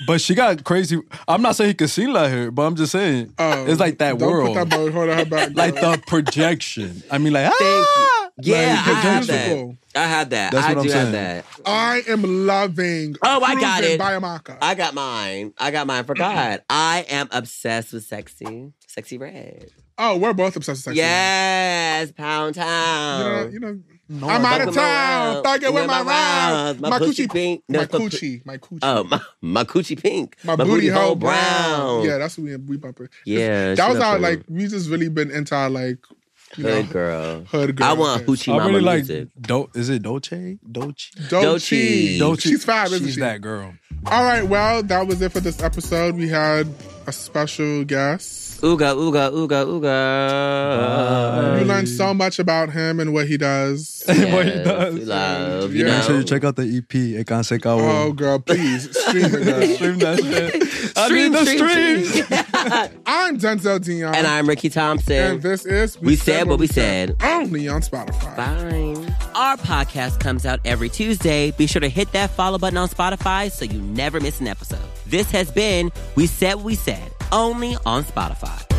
S3: but she got crazy. I'm not saying he could sing like her, but I'm just saying
S1: Oh,
S3: it's like that
S1: don't
S3: world,
S1: Put that boat, hold on, her back.
S3: like the projection. I mean, like
S2: Thank
S3: ah.
S2: you. Yeah,
S3: Like,
S2: I have that.
S1: beautiful.
S2: I have that.
S3: That's
S2: I
S3: what I'm
S2: do
S3: saying.
S2: have that.
S1: I am loving.
S2: Oh, I got
S1: Cruising
S2: it.
S1: By Amaka.
S2: I got mine. I got mine. Forgot. I am obsessed with sexy, sexy red.
S1: oh, we're both obsessed with sex.
S2: Yes, pound
S1: You know,
S2: town.
S1: you know.
S3: No,
S1: I'm
S3: I
S1: out
S3: don't.
S1: of town.
S2: Fuck
S1: Thugging with my rounds.
S2: rounds.
S1: My coochie
S2: pink. No,
S1: my
S2: it's my coo-
S1: coochie. My coochie.
S2: Oh, my, my coochie pink.
S1: My, booty, hole brown. Yeah, that's what we we bumping.
S2: Yeah,
S1: that was
S2: shut up,
S1: our
S2: girl.
S1: like. We just really been into our like. You know,
S2: Hood girl.
S1: Hood girl.
S2: I want
S1: yes.
S2: hoochie
S3: I
S2: mama
S3: really like.
S2: music.
S3: Do, is it Dolce? Dolce.
S1: Dochi.
S2: Dochi.
S3: Dolce.
S1: She's five, isn't
S3: She's
S1: she?
S3: that girl.
S1: All right. Well, that was it for this episode. We had a special guest.
S2: Ooga ooga ooga ooga.
S1: You learned so much about him and what he does.
S3: What he
S2: Yes,
S3: does.
S2: we love. You
S1: Yeah.
S2: know.
S3: Make sure you check out the E EP. It can shake out.
S1: Oh, girl, please stream it. Girl.
S3: Stream that shit. I need the streams.
S1: I'm Denzel Dion,
S2: and I'm Ricky Thompson.
S1: and this is
S2: We Said What We
S1: only on Spotify.
S2: Fine. Our podcast comes out every Tuesday. Be sure to hit that follow button on Spotify so you never miss an episode. This has been We Said What We Said, only on Spotify.